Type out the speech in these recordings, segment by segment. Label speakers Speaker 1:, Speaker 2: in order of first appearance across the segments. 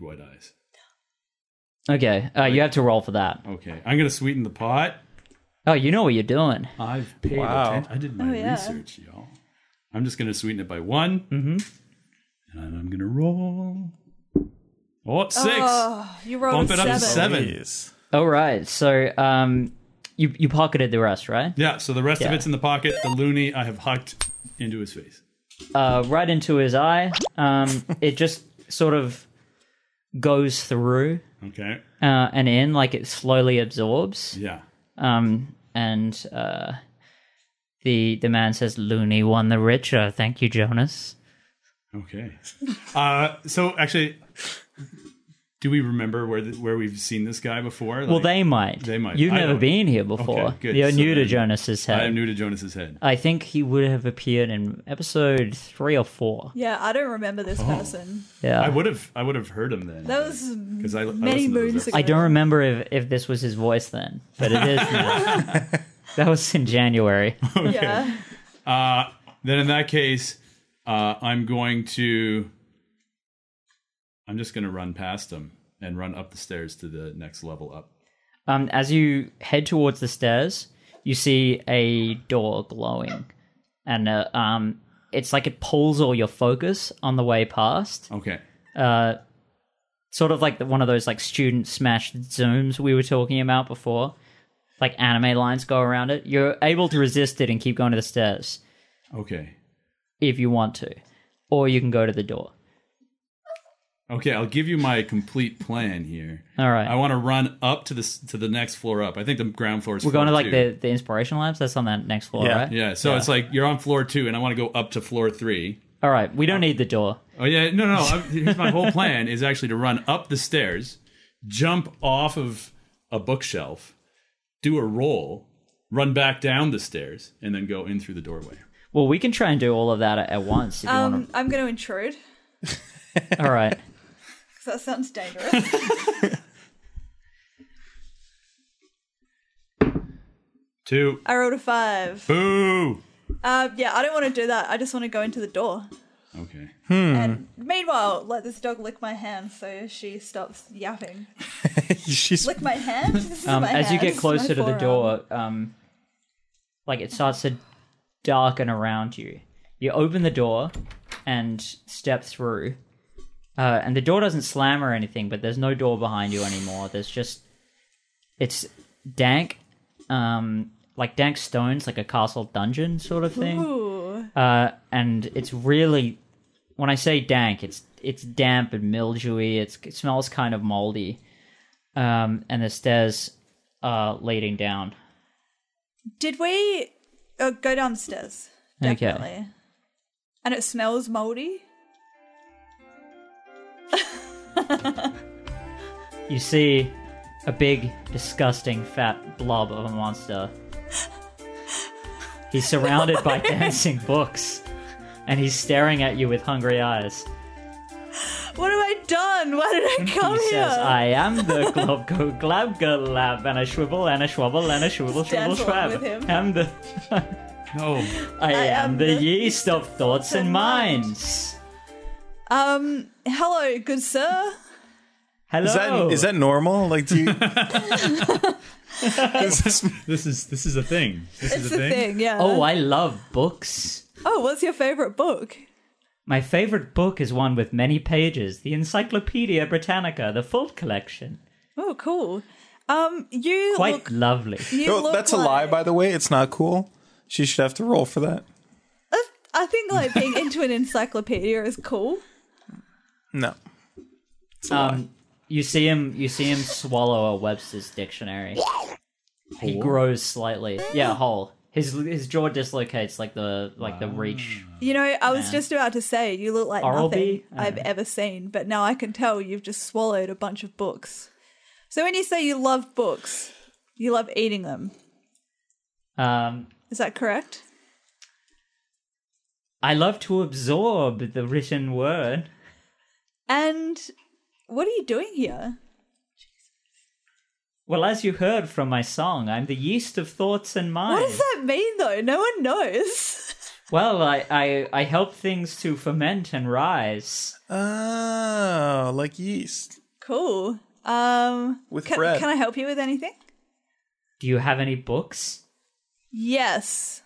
Speaker 1: boy dies.
Speaker 2: Okay, uh, you have to roll for that.
Speaker 1: Okay, I'm gonna sweeten the pot.
Speaker 2: Oh, you know what you're doing.
Speaker 1: I've paid
Speaker 3: Wow.
Speaker 1: attention. I did my
Speaker 4: Oh, yeah.
Speaker 1: research, y'all. I'm just gonna sweeten it by one,
Speaker 2: Mm-hmm.
Speaker 1: and I'm, I'm gonna roll. Oh, it's six.
Speaker 4: Oh, you rolled
Speaker 1: Bump
Speaker 4: a
Speaker 1: it up to
Speaker 4: seven.
Speaker 1: Seven.
Speaker 3: Jeez.
Speaker 2: All right, so um, you you pocketed the rest, right?
Speaker 1: Yeah. So the rest of
Speaker 2: Yeah.
Speaker 1: it's in the pocket. The loony I have hucked into his face.
Speaker 2: Uh, right into his eye. Um, it just sort of goes through
Speaker 1: Okay.
Speaker 2: uh, and in, like it slowly absorbs.
Speaker 1: Yeah.
Speaker 2: Um, and uh, the the man says, "Looney won the richer." Thank you, Jonas.
Speaker 1: Okay. Uh, so actually, do we remember where the, where we've seen this guy before?
Speaker 2: Well,
Speaker 1: Like,
Speaker 2: they might.
Speaker 1: They might.
Speaker 2: You've
Speaker 1: I
Speaker 2: never
Speaker 1: don't-
Speaker 2: been here before.
Speaker 1: Okay, good.
Speaker 2: You're
Speaker 1: So
Speaker 2: new to
Speaker 1: then-
Speaker 2: Jonas's
Speaker 1: I
Speaker 2: head.
Speaker 1: am new to Jonas's head.
Speaker 2: I think he would have appeared in episode three or four.
Speaker 4: Yeah, I don't remember
Speaker 1: Oh.
Speaker 4: this person.
Speaker 2: Yeah.
Speaker 1: I would have. I would have heard him then.
Speaker 4: That was mm,
Speaker 1: because I, I
Speaker 4: many
Speaker 1: listened to those
Speaker 4: moons
Speaker 1: episodes.
Speaker 4: ago.
Speaker 2: I don't remember if, if this was his voice then, but it is now. that was in January.
Speaker 4: Yeah.
Speaker 1: Uh, Then in that case, uh, I'm going to. I'm just going to run past him and run up the stairs to the next level up.
Speaker 2: Um, as you head towards the stairs, you see a door glowing, and uh, um, it's like it pulls all your focus on the way past.
Speaker 1: Okay.
Speaker 2: Sort of like the, one of those like student smash zooms we were talking about before. Like anime lines go around it. You're able to resist it and keep going to the stairs
Speaker 1: Okay.
Speaker 2: if you want to, or you can go to the door.
Speaker 1: Okay. I'll give you my complete plan here.
Speaker 2: All right.
Speaker 1: I want to run up to the s- to the next floor up. I think the ground floor is.
Speaker 2: We're going to like
Speaker 1: two.
Speaker 2: the, the inspiration labs. That's on that next floor,
Speaker 3: Yeah.
Speaker 2: right?
Speaker 1: Yeah. So it's like you're on floor two, and I want to go up to floor three.
Speaker 2: All right. We don't need the door.
Speaker 1: Oh yeah, no, no. I'm, here's my whole plan: is actually to run up the stairs, jump off of a bookshelf, do a roll, run back down the stairs, and then go in through the doorway.
Speaker 2: Well, we can try and do all of that at, at once. If you
Speaker 4: Um,
Speaker 2: want
Speaker 4: I'm going to intrude
Speaker 2: to. All right.
Speaker 4: because that sounds dangerous.
Speaker 1: Two.
Speaker 4: I rolled a five.
Speaker 1: Boo.
Speaker 4: Uh, yeah, I don't want to do that. I just want to go into the door.
Speaker 1: Okay.
Speaker 4: And meanwhile, let this dog lick my hand so she stops yapping.
Speaker 3: She's
Speaker 4: Lick my hand. This is
Speaker 2: Um,
Speaker 4: my
Speaker 2: as you
Speaker 4: hand.
Speaker 2: get
Speaker 4: This is
Speaker 2: closer
Speaker 4: my
Speaker 2: to the
Speaker 4: forearm.
Speaker 2: door, um, like it starts to darken around you. You open the door and step through. Uh, and the door doesn't slam or anything, but there's no door behind you anymore. There's just it's dank, um, like dank stones, like a castle dungeon sort of thing.
Speaker 4: Ooh,
Speaker 2: uh, and it's really when I say dank, it's it's damp and mildewy. It's, it smells kind of moldy, um, and the stairs uh, leading down.
Speaker 4: did we oh, go downstairs?
Speaker 2: Okay.
Speaker 4: Definitely. And it smells moldy.
Speaker 2: You see a big, disgusting, fat blob of a monster. He's surrounded by dancing books, and he's staring at you with hungry eyes.
Speaker 4: What have I done? Why did I come
Speaker 2: He
Speaker 4: here?
Speaker 2: says, "I am the Globgo Glabga Lab, and I shwibble and I swabble and I shwibble
Speaker 4: Stand
Speaker 2: shwibble
Speaker 4: along
Speaker 2: schwab.
Speaker 4: with him.
Speaker 2: I'm the."
Speaker 1: No.
Speaker 2: I, am, the, yeast of thoughts and
Speaker 4: and
Speaker 2: minds.
Speaker 4: um, hello, good sir.
Speaker 2: Hello.
Speaker 3: Is that is that normal? Like, do you? Is this-
Speaker 1: This is this is a thing. This
Speaker 4: It's the thing, yeah.
Speaker 2: Oh, I love books.
Speaker 4: Oh, what's your favorite book?
Speaker 2: My favorite book is one with many pages, the Encyclopedia Britannica, the full collection.
Speaker 4: Oh, cool. Um, you
Speaker 2: Quite
Speaker 4: look.
Speaker 2: lovely.
Speaker 4: You
Speaker 3: No,
Speaker 4: look
Speaker 3: Oh, that's a
Speaker 4: like,
Speaker 3: lie, by the way. It's not cool. She should have to roll for that.
Speaker 4: I think like being into an encyclopedia is cool.
Speaker 3: No.
Speaker 2: Um, you see him. You see him swallow a Webster's dictionary. He grows slightly. Yeah, whole. His his jaw dislocates like the like the reach.
Speaker 4: You know, I was just about to say you look like
Speaker 2: Oral-B?
Speaker 4: nothing I've ever seen, but now I can tell you've just swallowed a bunch of books. So when you say you love books, you love eating them.
Speaker 2: Um,
Speaker 4: Is that correct?
Speaker 2: I love to absorb the written word.
Speaker 4: And what are you doing here?
Speaker 2: Well, as you heard from my song, I'm the yeast of thoughts and minds.
Speaker 4: What does that mean, though? No one knows.
Speaker 2: Well, I, I I help things to ferment and rise.
Speaker 3: Oh, like yeast.
Speaker 4: Cool. Um,
Speaker 3: With
Speaker 4: can,
Speaker 3: bread.
Speaker 4: can I help you with anything?
Speaker 2: Do you have any books?
Speaker 4: Yes,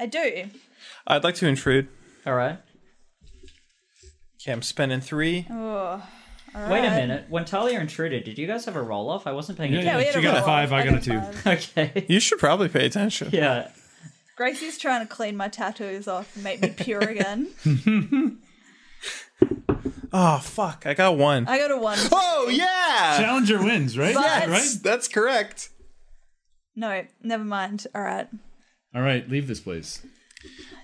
Speaker 4: I do.
Speaker 3: I'd like to intrude.
Speaker 2: All right.
Speaker 3: Okay, I'm spending three.
Speaker 2: Wait a minute. When Talia intruded, did you guys have a roll off? I wasn't paying
Speaker 1: Yeah,
Speaker 2: attention.
Speaker 4: we had
Speaker 1: She
Speaker 4: a
Speaker 1: got a
Speaker 4: roll.
Speaker 1: five, I got a
Speaker 4: got
Speaker 1: two.
Speaker 4: five.
Speaker 2: Okay.
Speaker 3: You should probably pay attention.
Speaker 2: Yeah.
Speaker 4: Gracie's trying to clean my tattoos off and make me pure again.
Speaker 3: Oh fuck! I got one.
Speaker 4: I got a one.
Speaker 3: oh yeah,
Speaker 1: Challenger wins, right?
Speaker 4: Yes.
Speaker 1: Right?
Speaker 3: that's correct.
Speaker 4: No, never mind. All right.
Speaker 1: All right, leave this place.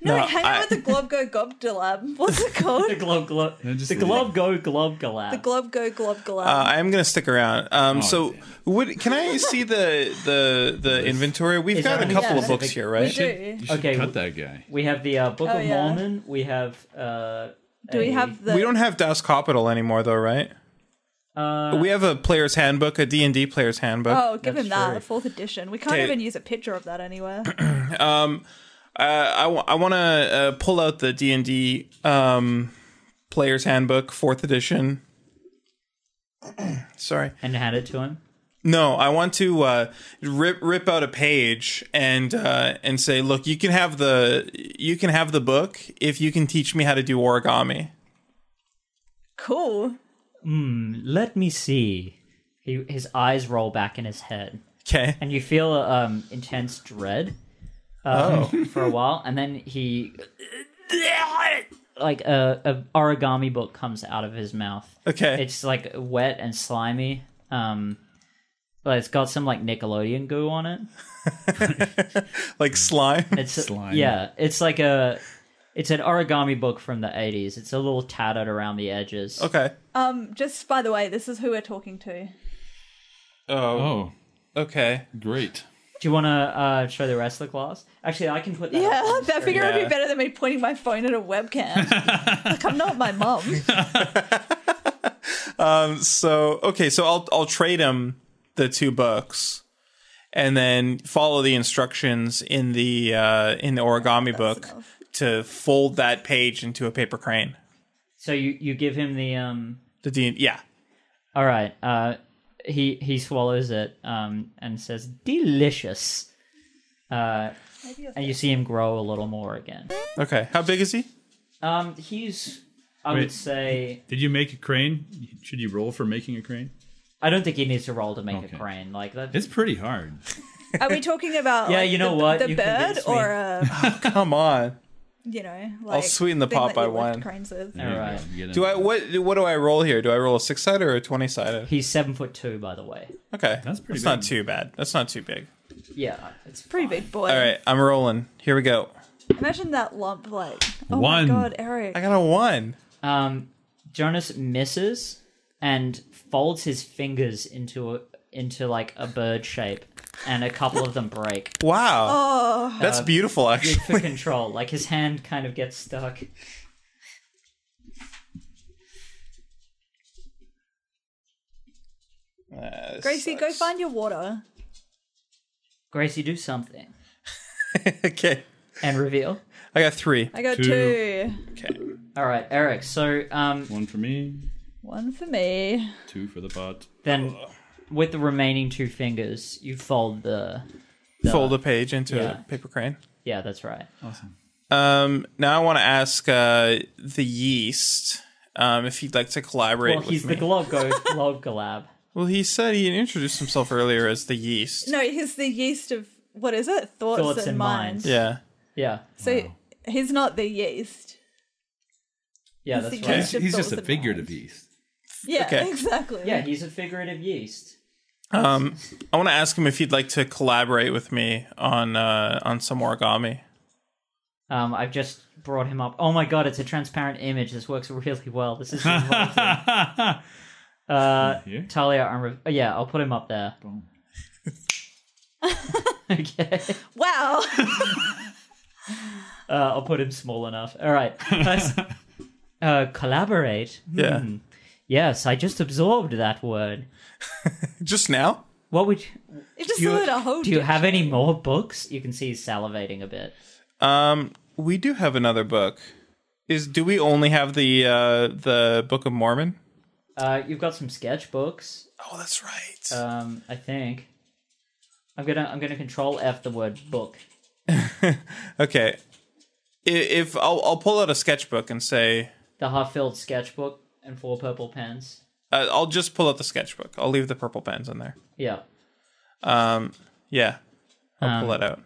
Speaker 4: No,
Speaker 3: No,
Speaker 4: I hang out
Speaker 3: I-
Speaker 4: with the Glob Go Gob Glab. What's it called?
Speaker 2: The glob glob.
Speaker 1: Then just
Speaker 2: The
Speaker 1: leave it.
Speaker 2: glob go glob galab.
Speaker 4: the Glob Go Glob Glab.
Speaker 3: Uh, I am gonna stick around. Um,
Speaker 1: Oh,
Speaker 3: so
Speaker 1: damn.
Speaker 3: would can I see the the the inventory? We've
Speaker 2: Is
Speaker 3: got
Speaker 2: there
Speaker 3: a
Speaker 2: any
Speaker 3: couple of
Speaker 2: specific-
Speaker 3: books here, right?
Speaker 4: We do.
Speaker 1: You should
Speaker 2: Okay,
Speaker 1: cut
Speaker 2: w-
Speaker 1: that guy.
Speaker 2: we have the uh, Book
Speaker 4: Oh,
Speaker 2: of
Speaker 4: yeah.
Speaker 2: Mormon. We have. Uh,
Speaker 4: Do we have the?
Speaker 3: We don't have Das Kapital anymore, though, right?
Speaker 2: Uh,
Speaker 3: We have a player's handbook, a D and D player's handbook.
Speaker 4: Oh, give
Speaker 2: That's
Speaker 4: him that
Speaker 2: true.
Speaker 4: fourth edition. We can't
Speaker 3: Okay.
Speaker 4: even use a picture of that anywhere.
Speaker 3: I want to uh, pull out the D and D um, player's handbook, fourth edition. Sorry.
Speaker 2: and hand it to him.
Speaker 3: No, I want to uh, rip rip out a page and uh, and say, look, you can have the you can have the book if you can teach me how to do origami.
Speaker 4: cool.
Speaker 2: Let me see. He, his eyes roll back in his head,
Speaker 3: Okay.
Speaker 2: and you feel um, intense dread um,
Speaker 1: Oh.
Speaker 2: for a while, and then he like a, a origami book comes out of his mouth.
Speaker 3: Okay.
Speaker 2: It's like wet and slimy. Um, but it's got some like Nickelodeon goo on it.
Speaker 3: like slime.
Speaker 2: It's
Speaker 1: Slime.
Speaker 2: yeah. It's like a it's an origami book from the eighties. It's a little tattered around the edges.
Speaker 3: Okay.
Speaker 4: Um, just by the way, this is who we're talking to.
Speaker 3: Oh.
Speaker 1: Oh,
Speaker 3: Okay.
Speaker 1: great.
Speaker 2: Do you want to uh, show the rest of the class? Actually, I can put that. up
Speaker 4: Yeah,
Speaker 2: on the
Speaker 4: that
Speaker 2: screen.
Speaker 4: figure would
Speaker 3: Yeah.
Speaker 4: be better than me pointing my phone at a webcam. like I'm not my mum.
Speaker 3: So okay. So I'll I'll trade him the two books, and then follow the instructions in the uh, in the origami book
Speaker 4: enough.
Speaker 3: to fold that page into a paper crane.
Speaker 2: So you you give him the um.
Speaker 3: The D. Yeah.
Speaker 2: All right. Uh, he he swallows it um and says delicious. Uh, and you see him grow a little more again.
Speaker 3: Okay. How big is he?
Speaker 2: Um, he's I
Speaker 1: Wait.
Speaker 2: would say
Speaker 1: Did you make a crane? Should you roll for making a crane?
Speaker 2: I don't think he needs to roll to make
Speaker 1: Okay.
Speaker 2: a crane like that.
Speaker 1: It's pretty hard.
Speaker 4: Are we talking about?
Speaker 2: Yeah,
Speaker 4: like,
Speaker 2: you know
Speaker 4: the,
Speaker 2: what?
Speaker 4: The
Speaker 2: You
Speaker 4: bird
Speaker 2: convinced me.
Speaker 4: or a
Speaker 3: Come on.
Speaker 4: you know like
Speaker 3: sweeten the
Speaker 4: thing
Speaker 3: pot
Speaker 4: that
Speaker 3: by
Speaker 4: you lift
Speaker 3: one.
Speaker 4: Cranes with.
Speaker 1: There you go.
Speaker 2: Alright.
Speaker 1: You get in
Speaker 3: Do I
Speaker 1: there.
Speaker 3: what what do I roll here? Do I roll a six sided or a twenty sided?
Speaker 2: He's seven foot two, by the way.
Speaker 3: Okay,
Speaker 1: That's pretty
Speaker 3: not
Speaker 1: big.
Speaker 3: too bad. That's not too big.
Speaker 2: Yeah, it's
Speaker 4: Pretty
Speaker 2: pretty big.
Speaker 4: big boy.
Speaker 3: All right, I'm rolling. Here we go.
Speaker 4: Imagine that lump. Like oh
Speaker 1: One.
Speaker 4: my god, Eric.
Speaker 3: I got a one.
Speaker 2: Um, Jonas misses and folds his fingers into a, into like a bird shape, and a couple of them break
Speaker 3: Wow.
Speaker 4: Oh.
Speaker 3: That's beautiful, actually.
Speaker 2: for control. Like his hand kind of gets stuck.
Speaker 3: Uh,
Speaker 4: Gracie, go find your water.
Speaker 2: Gracie, do something
Speaker 3: okay,
Speaker 2: and reveal.
Speaker 3: I got three.
Speaker 4: I got
Speaker 1: Two.
Speaker 4: two.
Speaker 3: Okay,
Speaker 2: All right, Eric. So um,
Speaker 1: One for me,
Speaker 4: One for me.
Speaker 1: two for the pot.
Speaker 2: then with the remaining two fingers, you fold the. the
Speaker 3: fold a page into
Speaker 2: Yeah.
Speaker 3: a paper crane.
Speaker 2: Yeah, that's right.
Speaker 3: Um, now I want to ask uh, the yeast um, if he'd like to collaborate
Speaker 2: Well,
Speaker 3: with
Speaker 2: he's
Speaker 3: me.
Speaker 2: the globe go globe galab.
Speaker 3: well, he said he introduced himself earlier as the yeast.
Speaker 4: No, he's the yeast of what is it? Thoughts,
Speaker 2: Thoughts
Speaker 4: and,
Speaker 2: and
Speaker 4: minds.
Speaker 2: minds.
Speaker 3: Yeah.
Speaker 2: Yeah,
Speaker 4: So he's not the yeast.
Speaker 2: yeah,
Speaker 4: He's
Speaker 2: that's
Speaker 4: the
Speaker 2: right.
Speaker 1: He's,
Speaker 4: Just
Speaker 1: he's
Speaker 4: thoughts
Speaker 1: just a
Speaker 4: and
Speaker 1: figurative
Speaker 4: minds.
Speaker 1: beast.
Speaker 4: Yeah,
Speaker 3: Okay.
Speaker 4: exactly.
Speaker 2: Yeah, he's a figurative yeast.
Speaker 3: Um, I want to ask him if he'd like to collaborate with me on uh, on some origami.
Speaker 2: Um, I've just brought him up. Oh my god, it's a transparent image. This works really well. This is involving. uh,
Speaker 1: Here?
Speaker 2: Talia. I'm re- oh, yeah, I'll put him up there.
Speaker 1: Boom.
Speaker 2: okay,
Speaker 4: Wow.
Speaker 2: uh, I'll put him small enough. All right. Let's, uh, collaborate.
Speaker 3: Yeah.
Speaker 2: Hmm. Yes, I just absorbed that word.
Speaker 3: Just now?
Speaker 2: What would you,
Speaker 4: It just
Speaker 2: do you,
Speaker 4: lit a whole
Speaker 2: do you have any more books? You can see he's salivating a bit.
Speaker 3: Um, we do have another book. Is do we only have the uh the Book of Mormon?
Speaker 2: Uh, you've got some sketchbooks.
Speaker 3: Oh, that's right.
Speaker 2: Um, I think. I'm gonna I'm gonna control F the word book.
Speaker 3: okay. I- If I'll, I'll pull out a sketchbook and say,
Speaker 2: The half-filled sketchbook and four purple pens.
Speaker 3: uh, I'll just pull out the sketchbook. I'll leave the purple pens in there.
Speaker 2: Yeah.
Speaker 3: Um, yeah, I'll
Speaker 2: Um,
Speaker 3: pull that out.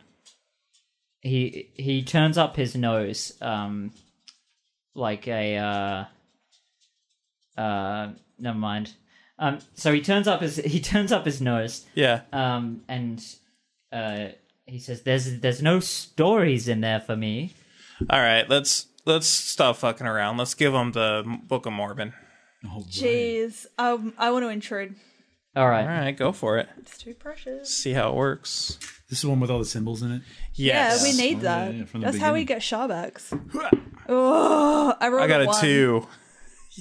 Speaker 2: he he turns up his nose um like a uh uh never mind um so he turns up his he turns up his nose
Speaker 3: Yeah.
Speaker 2: um and uh he says there's there's no stories in there for me
Speaker 3: All right. Let's let's stop fucking around. Let's give them the Book of Mormon.
Speaker 1: Oh, right.
Speaker 4: Jeez, um, I want to intrude.
Speaker 2: all
Speaker 3: All
Speaker 2: right
Speaker 3: right, go for it.
Speaker 4: It's too precious.
Speaker 3: See how it works.
Speaker 1: This is the one with all the symbols in it.
Speaker 3: Yes.
Speaker 4: Yeah, we need
Speaker 1: Yeah,
Speaker 4: that.
Speaker 1: yeah, from the
Speaker 4: That's how we
Speaker 1: beginning.
Speaker 4: get Sharbacks. oh, I rolled
Speaker 3: I got
Speaker 4: a
Speaker 3: a
Speaker 4: one.
Speaker 3: two.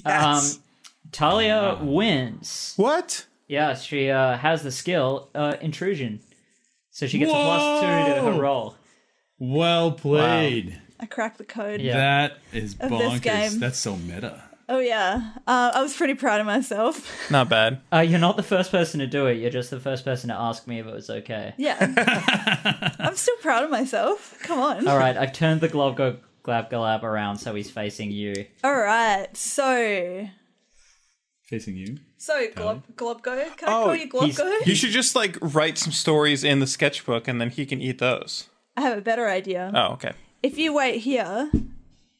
Speaker 2: um talia wins
Speaker 3: What?
Speaker 2: yeah she uh has the skill uh intrusion so she gets a plus two to her
Speaker 1: Whoa!
Speaker 2: roll
Speaker 1: Well played.
Speaker 4: I cracked the code.
Speaker 2: Yeah.
Speaker 1: That is
Speaker 4: Of this
Speaker 1: bonkers.
Speaker 4: game.
Speaker 1: That's so meta.
Speaker 4: Oh yeah, uh, I was pretty proud of myself.
Speaker 3: Not bad.
Speaker 2: Uh, you're not the first person to do it. You're just the first person to ask me if it was okay.
Speaker 4: Yeah, I'm still proud of myself. Come on.
Speaker 2: All right, I've turned the glove go glab glab around so he's facing you.
Speaker 4: All right. So,
Speaker 1: Facing you.
Speaker 4: so Glob Globgo. Can
Speaker 3: Oh,
Speaker 4: I call you Globgo?
Speaker 3: You should just like write some stories in the sketchbook, and then he can eat those.
Speaker 4: I have a better idea.
Speaker 3: Oh, okay.
Speaker 4: If you wait here,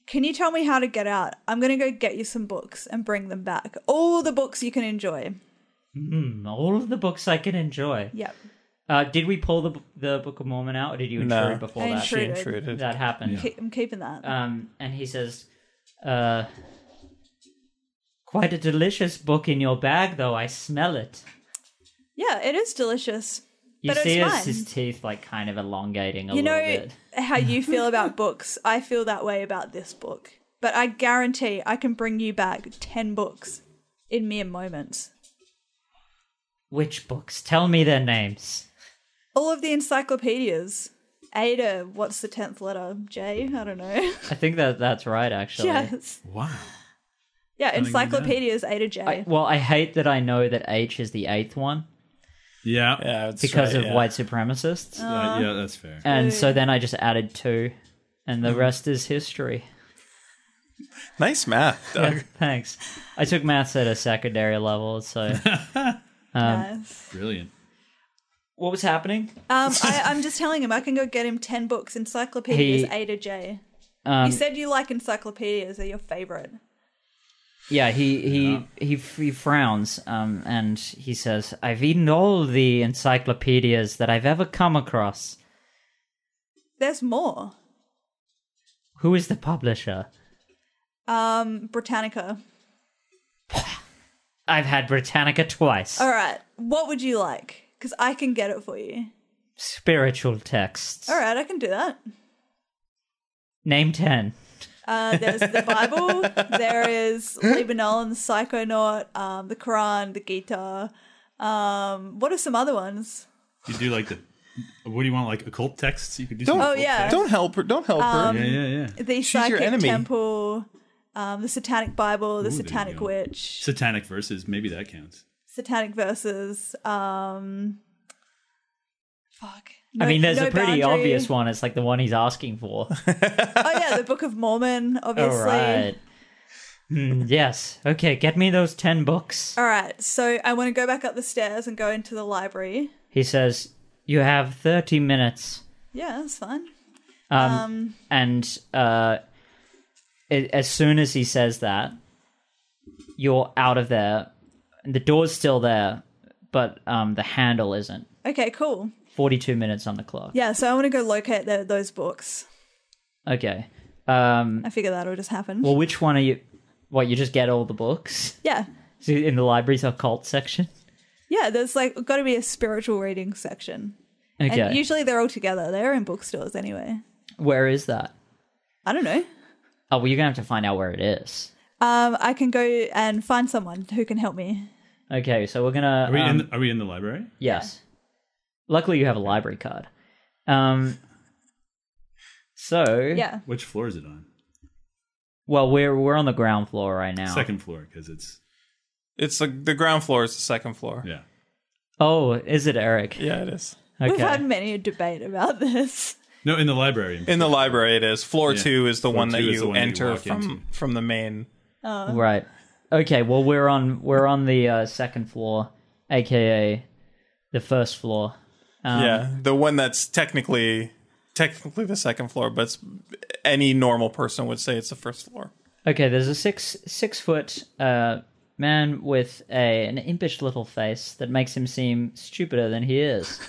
Speaker 4: can you tell me how to get out? I'm gonna go get you some books and bring them back. All the books you can enjoy.
Speaker 2: Hmm, All of the books I can enjoy.
Speaker 4: Yep.
Speaker 2: Uh, did we pull the the Book of Mormon out, or did you intrude
Speaker 3: No.
Speaker 2: before
Speaker 4: I
Speaker 2: that?
Speaker 4: intruded.
Speaker 3: She intruded.
Speaker 2: That happened.
Speaker 4: Keep, I'm keeping that.
Speaker 2: Um, and he says, uh, "Quite a delicious book in your bag, though. I smell it."
Speaker 4: yeah, it is delicious.
Speaker 2: You
Speaker 4: But it's
Speaker 2: see his,
Speaker 4: fine.
Speaker 2: his teeth like kind of elongating a
Speaker 4: you
Speaker 2: little
Speaker 4: know
Speaker 2: bit.
Speaker 4: how you feel about books. I feel that way about this book. But I guarantee I can bring you back 10 books in mere moments.
Speaker 2: Which books? Tell me their names.
Speaker 4: All of the encyclopedias. A to what's the 10th letter? J? I don't know.
Speaker 2: I think that that's right, actually.
Speaker 4: yes.
Speaker 1: Wow.
Speaker 4: Yeah,
Speaker 1: Something like that.
Speaker 4: encyclopedias A to J.
Speaker 2: I, um, well, I hate that I know that H is the eighth one
Speaker 1: Yeah. Yeah,
Speaker 3: Yeah, that's
Speaker 2: because
Speaker 3: right,
Speaker 2: of
Speaker 3: yeah.
Speaker 2: white supremacists,
Speaker 4: Oh.
Speaker 1: Uh, yeah that's fair.
Speaker 2: and so then I just added two, and
Speaker 3: Mm-hmm.
Speaker 2: the rest is history.
Speaker 3: Nice math, Doug.
Speaker 2: Thanks. I took maths at a secondary level, so
Speaker 4: Nice.
Speaker 1: Brilliant.
Speaker 2: what was happening?
Speaker 4: Um, I, I'm just telling him I can go get him 10 books, encyclopedias
Speaker 2: He-
Speaker 4: A to J.
Speaker 2: Um,
Speaker 4: you said you like encyclopedias, they're your favorite.
Speaker 2: Yeah, he he he, f- he frowns um, and he says, "I've eaten all the encyclopedias that I've ever come across.
Speaker 4: There's more.
Speaker 2: Who is the publisher?
Speaker 4: Um, Britannica.
Speaker 2: I've had Britannica twice.
Speaker 4: All right, what would you like? Because I can get it for you.
Speaker 2: Spiritual texts.
Speaker 4: All right, I can do that.
Speaker 2: Name ten.
Speaker 4: Uh, there's the Bible. there is Lebanon, the Psychonaut, um, the Quran, the Gita. Um, what are some other ones?
Speaker 1: You do like the. What do you want? Like occult texts? You could do.
Speaker 3: Don't-
Speaker 1: some
Speaker 4: Oh
Speaker 1: occult
Speaker 4: yeah, Um,
Speaker 3: Don't help her. Don't help her.
Speaker 1: texts. Yeah, yeah, yeah.
Speaker 4: the
Speaker 3: your
Speaker 4: Psychic
Speaker 3: enemy.
Speaker 4: Temple, um, the Satanic Bible, the
Speaker 1: Ooh, there you
Speaker 4: Satanic
Speaker 1: go.
Speaker 4: Witch,
Speaker 1: Satanic verses. Maybe that counts.
Speaker 4: Satanic Verses. Um, fuck.
Speaker 2: I mean, there's a pretty obvious
Speaker 4: one.
Speaker 2: one. It's like the one he's asking for.
Speaker 4: Oh yeah, the Book of Mormon,
Speaker 2: All
Speaker 4: obviously.
Speaker 2: right. Hmm, yes. Okay, get me those 10 books.
Speaker 4: All right, so I want to go back up the stairs and go into the library.
Speaker 2: He says, You have 30 minutes.
Speaker 4: Yeah, that's fine.
Speaker 2: Um, and uh, a- as soon as he says that, you're out of there. The door's still there, but um, the handle isn't.
Speaker 4: Okay, cool.
Speaker 2: 42 minutes on the clock.
Speaker 4: Yeah, so I want to go locate tho- those books.
Speaker 2: Okay. Um,
Speaker 4: I figure that'll just happen.
Speaker 2: well, which one are you? What, you just get all the books?
Speaker 4: yeah,
Speaker 2: Is it in the library's occult section?
Speaker 4: yeah. There's like got to be a spiritual reading section,
Speaker 2: Okay.
Speaker 4: and usually they're all together. They're in bookstores anyway.
Speaker 2: Where is that?
Speaker 4: I don't know.
Speaker 2: Oh, well, you're going to have to find out where it is.
Speaker 4: Um, I can go and find someone who can help me.
Speaker 2: Okay, so we're gonna.
Speaker 1: Are we
Speaker 2: um,
Speaker 1: in? The, are we in the library?
Speaker 2: yes. Luckily, you have a library card. Um. So
Speaker 4: Yeah.
Speaker 1: Which floor is it on?
Speaker 2: Well, we're we're on the ground floor right now.
Speaker 1: Second floor, because it's
Speaker 3: It's like the ground floor is the second floor.
Speaker 1: Yeah.
Speaker 2: Oh, is it Eric?
Speaker 3: Yeah, it is.
Speaker 2: Okay.
Speaker 4: We've had many a debate about this.
Speaker 1: No, in the library.
Speaker 3: In the library, it is. Floor
Speaker 1: Yeah.
Speaker 3: two is the one that
Speaker 1: two is the
Speaker 3: you
Speaker 1: one that you
Speaker 3: enter
Speaker 1: walk
Speaker 3: from
Speaker 1: into.
Speaker 3: from the main.
Speaker 2: Right. Okay. Well, we're on we're on the uh, second floor, aka the first floor. Um,
Speaker 3: yeah, the one that's technically technically the second floor, but it's, any normal person would say it's the first floor.
Speaker 2: Okay. There's a six six foot uh, man with a an impish little face that makes him seem stupider than he is.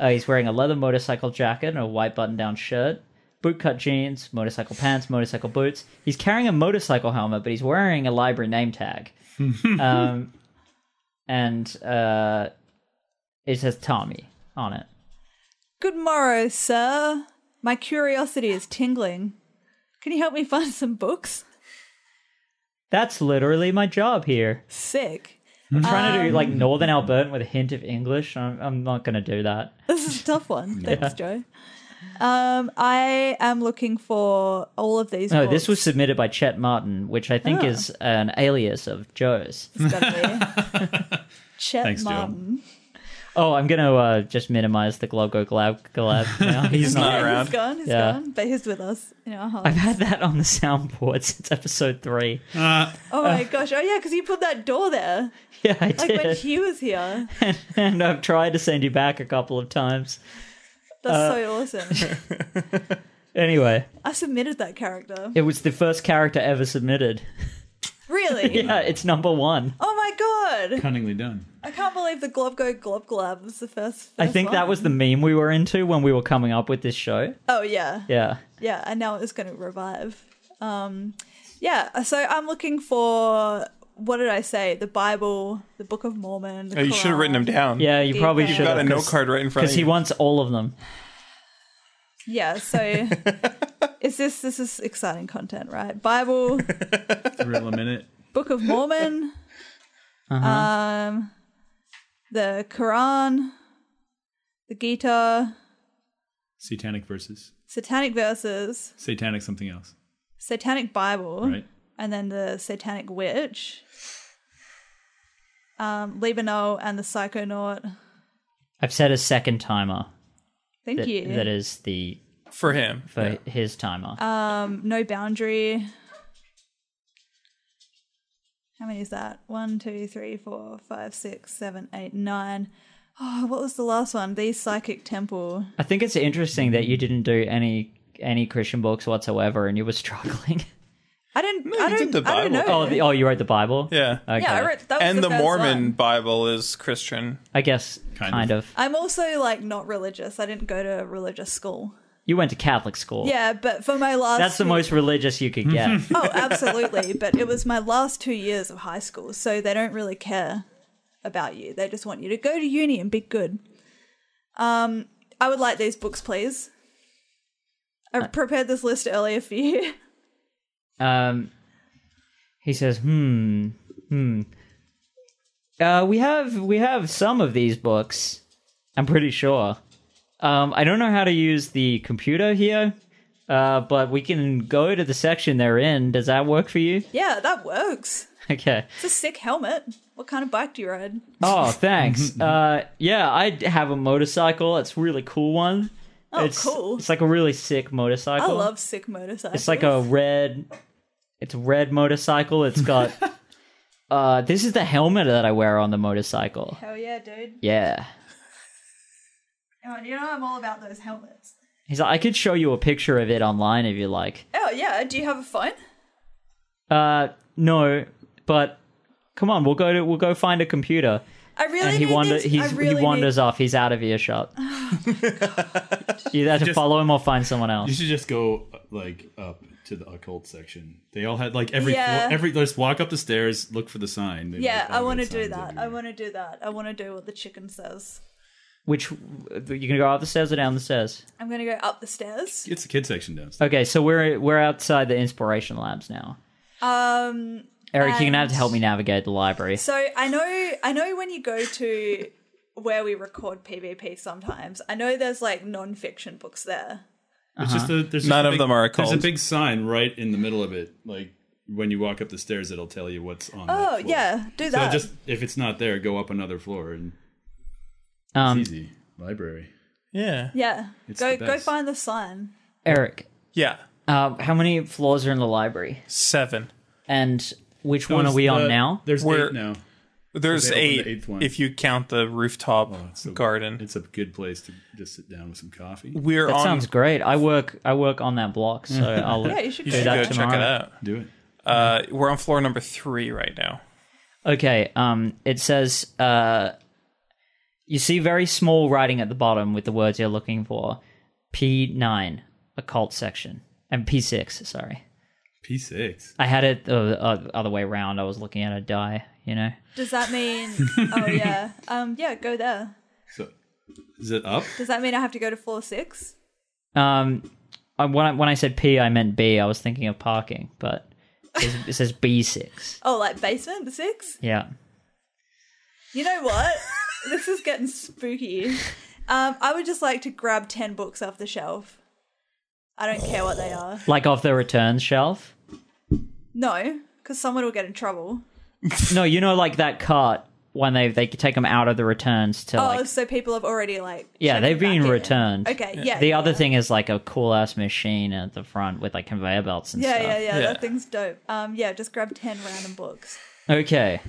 Speaker 2: Uh, he's wearing a leather motorcycle jacket and a white button down shirt, bootcut jeans, motorcycle pants, motorcycle boots. He's carrying a motorcycle helmet, but he's wearing a library name tag. um, and uh, it says Tommy on it.
Speaker 4: Good morrow, sir. My curiosity is tingling. Can you help me find some books?
Speaker 2: That's literally my job here.
Speaker 4: Sick.
Speaker 2: I'm trying to do like Northern Albertan with a hint of English. I'm, I'm not going to do that.
Speaker 4: This is a tough one. Thanks, Joe. Um, I am looking for all of these.
Speaker 2: No,
Speaker 4: books.
Speaker 2: this was submitted by Chet Martin, which I think
Speaker 4: Ah.
Speaker 2: is an alias of Joe's.
Speaker 4: It's gotta be. Chet
Speaker 1: Thanks, Joe.
Speaker 4: Martin.
Speaker 2: Oh, I'm going to uh, just minimize the Glogo Glab Glab now.
Speaker 3: He's not
Speaker 4: He's
Speaker 3: around.
Speaker 4: gone. He's
Speaker 2: Yeah.
Speaker 4: gone. But he's with us in our hearts.
Speaker 2: I've had that on the soundboard since episode three.
Speaker 1: Uh,
Speaker 4: Oh my gosh. Oh yeah, because you put that door there.
Speaker 2: Yeah, I
Speaker 4: Like when
Speaker 2: did.
Speaker 4: he was here.
Speaker 2: and I've tried to send you back a couple of times.
Speaker 4: That's
Speaker 2: Uh,
Speaker 4: so awesome.
Speaker 2: Anyway,
Speaker 4: I submitted that character.
Speaker 2: it was the first character ever submitted.
Speaker 4: Really?
Speaker 2: Yeah, it's number one.
Speaker 4: Oh my god.
Speaker 1: cunningly done.
Speaker 4: I can't believe the Glob Go Glob Glab was the first.
Speaker 2: I
Speaker 4: first
Speaker 2: think that
Speaker 4: one.
Speaker 2: was the meme we were into when we were coming up with this show.
Speaker 4: Oh yeah.
Speaker 2: Yeah.
Speaker 4: yeah and now it's going to revive um yeah so i'm looking for what did i say the bible the book of mormon the
Speaker 3: Oh, you should have written them
Speaker 4: Quran.
Speaker 3: down.
Speaker 2: Yeah, you
Speaker 4: Deep
Speaker 2: probably
Speaker 4: down.
Speaker 2: should
Speaker 4: You've
Speaker 3: got
Speaker 2: have
Speaker 3: a note card right in front
Speaker 2: because
Speaker 3: of
Speaker 2: he
Speaker 3: you.
Speaker 2: wants all of them.
Speaker 4: yeah so is this this is exciting content right bible
Speaker 1: Gorilla minute.
Speaker 4: book of mormon
Speaker 3: Uh-huh.
Speaker 4: um the quran the gita
Speaker 1: Satanic verses.
Speaker 4: satanic verses
Speaker 1: Satanic something else.
Speaker 4: satanic bible
Speaker 1: Right.
Speaker 4: and then the Satanic Witch, um, Lebanon and the Psychonaut.
Speaker 2: I've set a second timer
Speaker 4: Thank
Speaker 2: that,
Speaker 4: you.
Speaker 2: that is the
Speaker 3: for him.
Speaker 2: for his timer.
Speaker 4: um, no boundary. How many is that? One, two, three, four, five, six, seven, eight, nine. Oh, what was the last one? The Psychic Temple.
Speaker 2: I think it's interesting that you didn't do any any Christian books whatsoever, and you were struggling.
Speaker 4: I didn't.
Speaker 3: No,
Speaker 4: I
Speaker 3: you
Speaker 4: don't.
Speaker 3: did the
Speaker 4: I don't know.
Speaker 3: Bible.
Speaker 2: oh, the, oh, you wrote the Bible.
Speaker 3: Yeah.
Speaker 2: Okay.
Speaker 4: yeah, I wrote that. Was
Speaker 3: and the,
Speaker 4: first
Speaker 3: Mormon
Speaker 4: one.
Speaker 3: Bible is Christian.
Speaker 2: I guess kind,
Speaker 1: Kind
Speaker 2: of.
Speaker 1: of.
Speaker 4: I'm also like not religious. I didn't go to religious school.
Speaker 2: You went to Catholic school.
Speaker 4: Yeah, but for my last
Speaker 2: That's the
Speaker 4: two-
Speaker 2: most religious you could get.
Speaker 4: Oh, absolutely. But it was my last two years of high school, so they don't really care about you. They just want you to go to uni and be good. Um, I would like these books, please.
Speaker 2: Uh,
Speaker 4: I prepared this list earlier for you.
Speaker 2: Um, he says, "Hmm, hmm. Uh, we have we have some of these books. I'm pretty sure. Um, I don't know how to use the computer here, uh, but we can go to the section they're in. Does that work for you?
Speaker 4: Yeah, that works.
Speaker 2: Okay.
Speaker 4: It's a sick helmet. What kind of bike do you ride?
Speaker 2: Oh, thanks. uh, yeah, I d- have a motorcycle. It's a really cool one.
Speaker 4: Oh,
Speaker 2: it's,
Speaker 4: cool.
Speaker 2: It's like a really sick
Speaker 4: I
Speaker 2: motorcycle.
Speaker 4: love sick motorcycles.
Speaker 2: It's like a red. It's a red motorcycle. It's got. uh, this is the helmet that I wear on the motorcycle.
Speaker 4: hell yeah, dude.
Speaker 2: Yeah.
Speaker 4: Oh, you know I'm all about those helmets.
Speaker 2: He's like, I could show you a picture of it online if you like.
Speaker 4: Oh yeah, do you have a phone?
Speaker 2: Uh, no, but come on, we'll go to we'll go find a computer.
Speaker 4: I really
Speaker 2: And he
Speaker 4: need
Speaker 2: wander
Speaker 4: these- I
Speaker 2: he's
Speaker 4: really
Speaker 2: he
Speaker 4: need-
Speaker 2: wanders off. He's out of earshot. you either
Speaker 1: Just-
Speaker 2: follow him or find someone
Speaker 1: You
Speaker 2: else.
Speaker 1: should just go like up to the occult section. They all had like every
Speaker 4: Yeah.
Speaker 1: floor, every just walk up the stairs, look for the sign. They
Speaker 4: Yeah,
Speaker 1: like,
Speaker 4: I
Speaker 1: all
Speaker 4: want to
Speaker 1: got
Speaker 4: do
Speaker 1: signs
Speaker 4: that. I
Speaker 1: everywhere.
Speaker 4: want to do that. I want to do what the chicken says.
Speaker 2: Which you can go up the stairs or down the stairs.
Speaker 4: I'm gonna go up the stairs.
Speaker 1: It's the kid section downstairs.
Speaker 2: Okay, so we're we're outside the inspiration labs now.
Speaker 4: Um,
Speaker 2: Eric, you're gonna have
Speaker 4: And-
Speaker 2: to help me navigate the library.
Speaker 4: so I know, I know when you go to where we record PvP, sometimes I know there's like non-fiction books there.
Speaker 1: It's just a, there's just
Speaker 3: Uh-huh. None
Speaker 1: a
Speaker 3: of
Speaker 1: big-
Speaker 3: them are
Speaker 1: There's
Speaker 3: occult.
Speaker 1: a big sign right in the middle of it, like when you walk up the stairs, it'll tell you what's on. that
Speaker 4: Oh
Speaker 1: floor.
Speaker 4: yeah, do
Speaker 1: So
Speaker 4: that.
Speaker 1: just if it's not there, go up another floor and it's
Speaker 2: Um,
Speaker 1: easy. Library.
Speaker 3: Yeah.
Speaker 4: yeah,
Speaker 1: It's
Speaker 4: go
Speaker 1: the
Speaker 4: go
Speaker 1: best.
Speaker 4: find the sign.
Speaker 2: Eric,
Speaker 3: Yeah.
Speaker 2: uh, how many floors are in the library,
Speaker 3: Seven.
Speaker 2: and which one are we on
Speaker 1: The-
Speaker 2: now?
Speaker 1: There's
Speaker 3: We're-
Speaker 1: eight now. They
Speaker 3: There's
Speaker 1: opened
Speaker 3: eight
Speaker 1: the eighth one.
Speaker 3: if you count the rooftop
Speaker 1: it's so-
Speaker 3: garden.
Speaker 1: It's a good place to just sit down with some coffee.
Speaker 3: We're
Speaker 2: That
Speaker 3: on.
Speaker 2: sounds great. I work I work on that block, so I'll
Speaker 4: Yeah, you should
Speaker 3: you
Speaker 4: go
Speaker 3: should
Speaker 2: that
Speaker 3: go check it
Speaker 2: tomorrow.
Speaker 3: out.
Speaker 1: Do it.
Speaker 3: Uh, we're on floor number three right now.
Speaker 2: Okay, um, it says uh, you see very small writing at the bottom with the words you're looking for. P9, occult section. And P6, sorry.
Speaker 1: P6.
Speaker 2: I had it the uh, other way around. I was looking at a die, you know?
Speaker 4: Does that mean? oh yeah, um, yeah, go there.
Speaker 1: So is it up?
Speaker 4: Does that mean I have to go to floor six?
Speaker 2: Um, I, when, I, when I said P, I meant B. I was thinking of parking, but it says, it says B6.
Speaker 4: Oh, like basement six?
Speaker 2: Yeah.
Speaker 4: You know what? this is getting spooky. Um, I would just like to grab ten books off the shelf. I don't care what they are.
Speaker 2: Like off the returns shelf.
Speaker 4: No, because someone will get in trouble.
Speaker 2: No, you know, like that cart when they they take them out of the returns to
Speaker 4: oh,
Speaker 2: like
Speaker 4: so people have already like
Speaker 2: Yeah,
Speaker 4: checked
Speaker 2: they've
Speaker 4: back
Speaker 2: been
Speaker 4: in.
Speaker 2: returned.
Speaker 4: Okay, yeah.
Speaker 2: The
Speaker 4: yeah.
Speaker 2: other thing is like a cool ass machine at the front with like conveyor belts and
Speaker 4: Yeah,
Speaker 2: stuff.
Speaker 4: yeah, yeah,
Speaker 3: Yeah.
Speaker 4: That thing's dope. Um, yeah, just grab ten random books.
Speaker 2: yeah. Okay.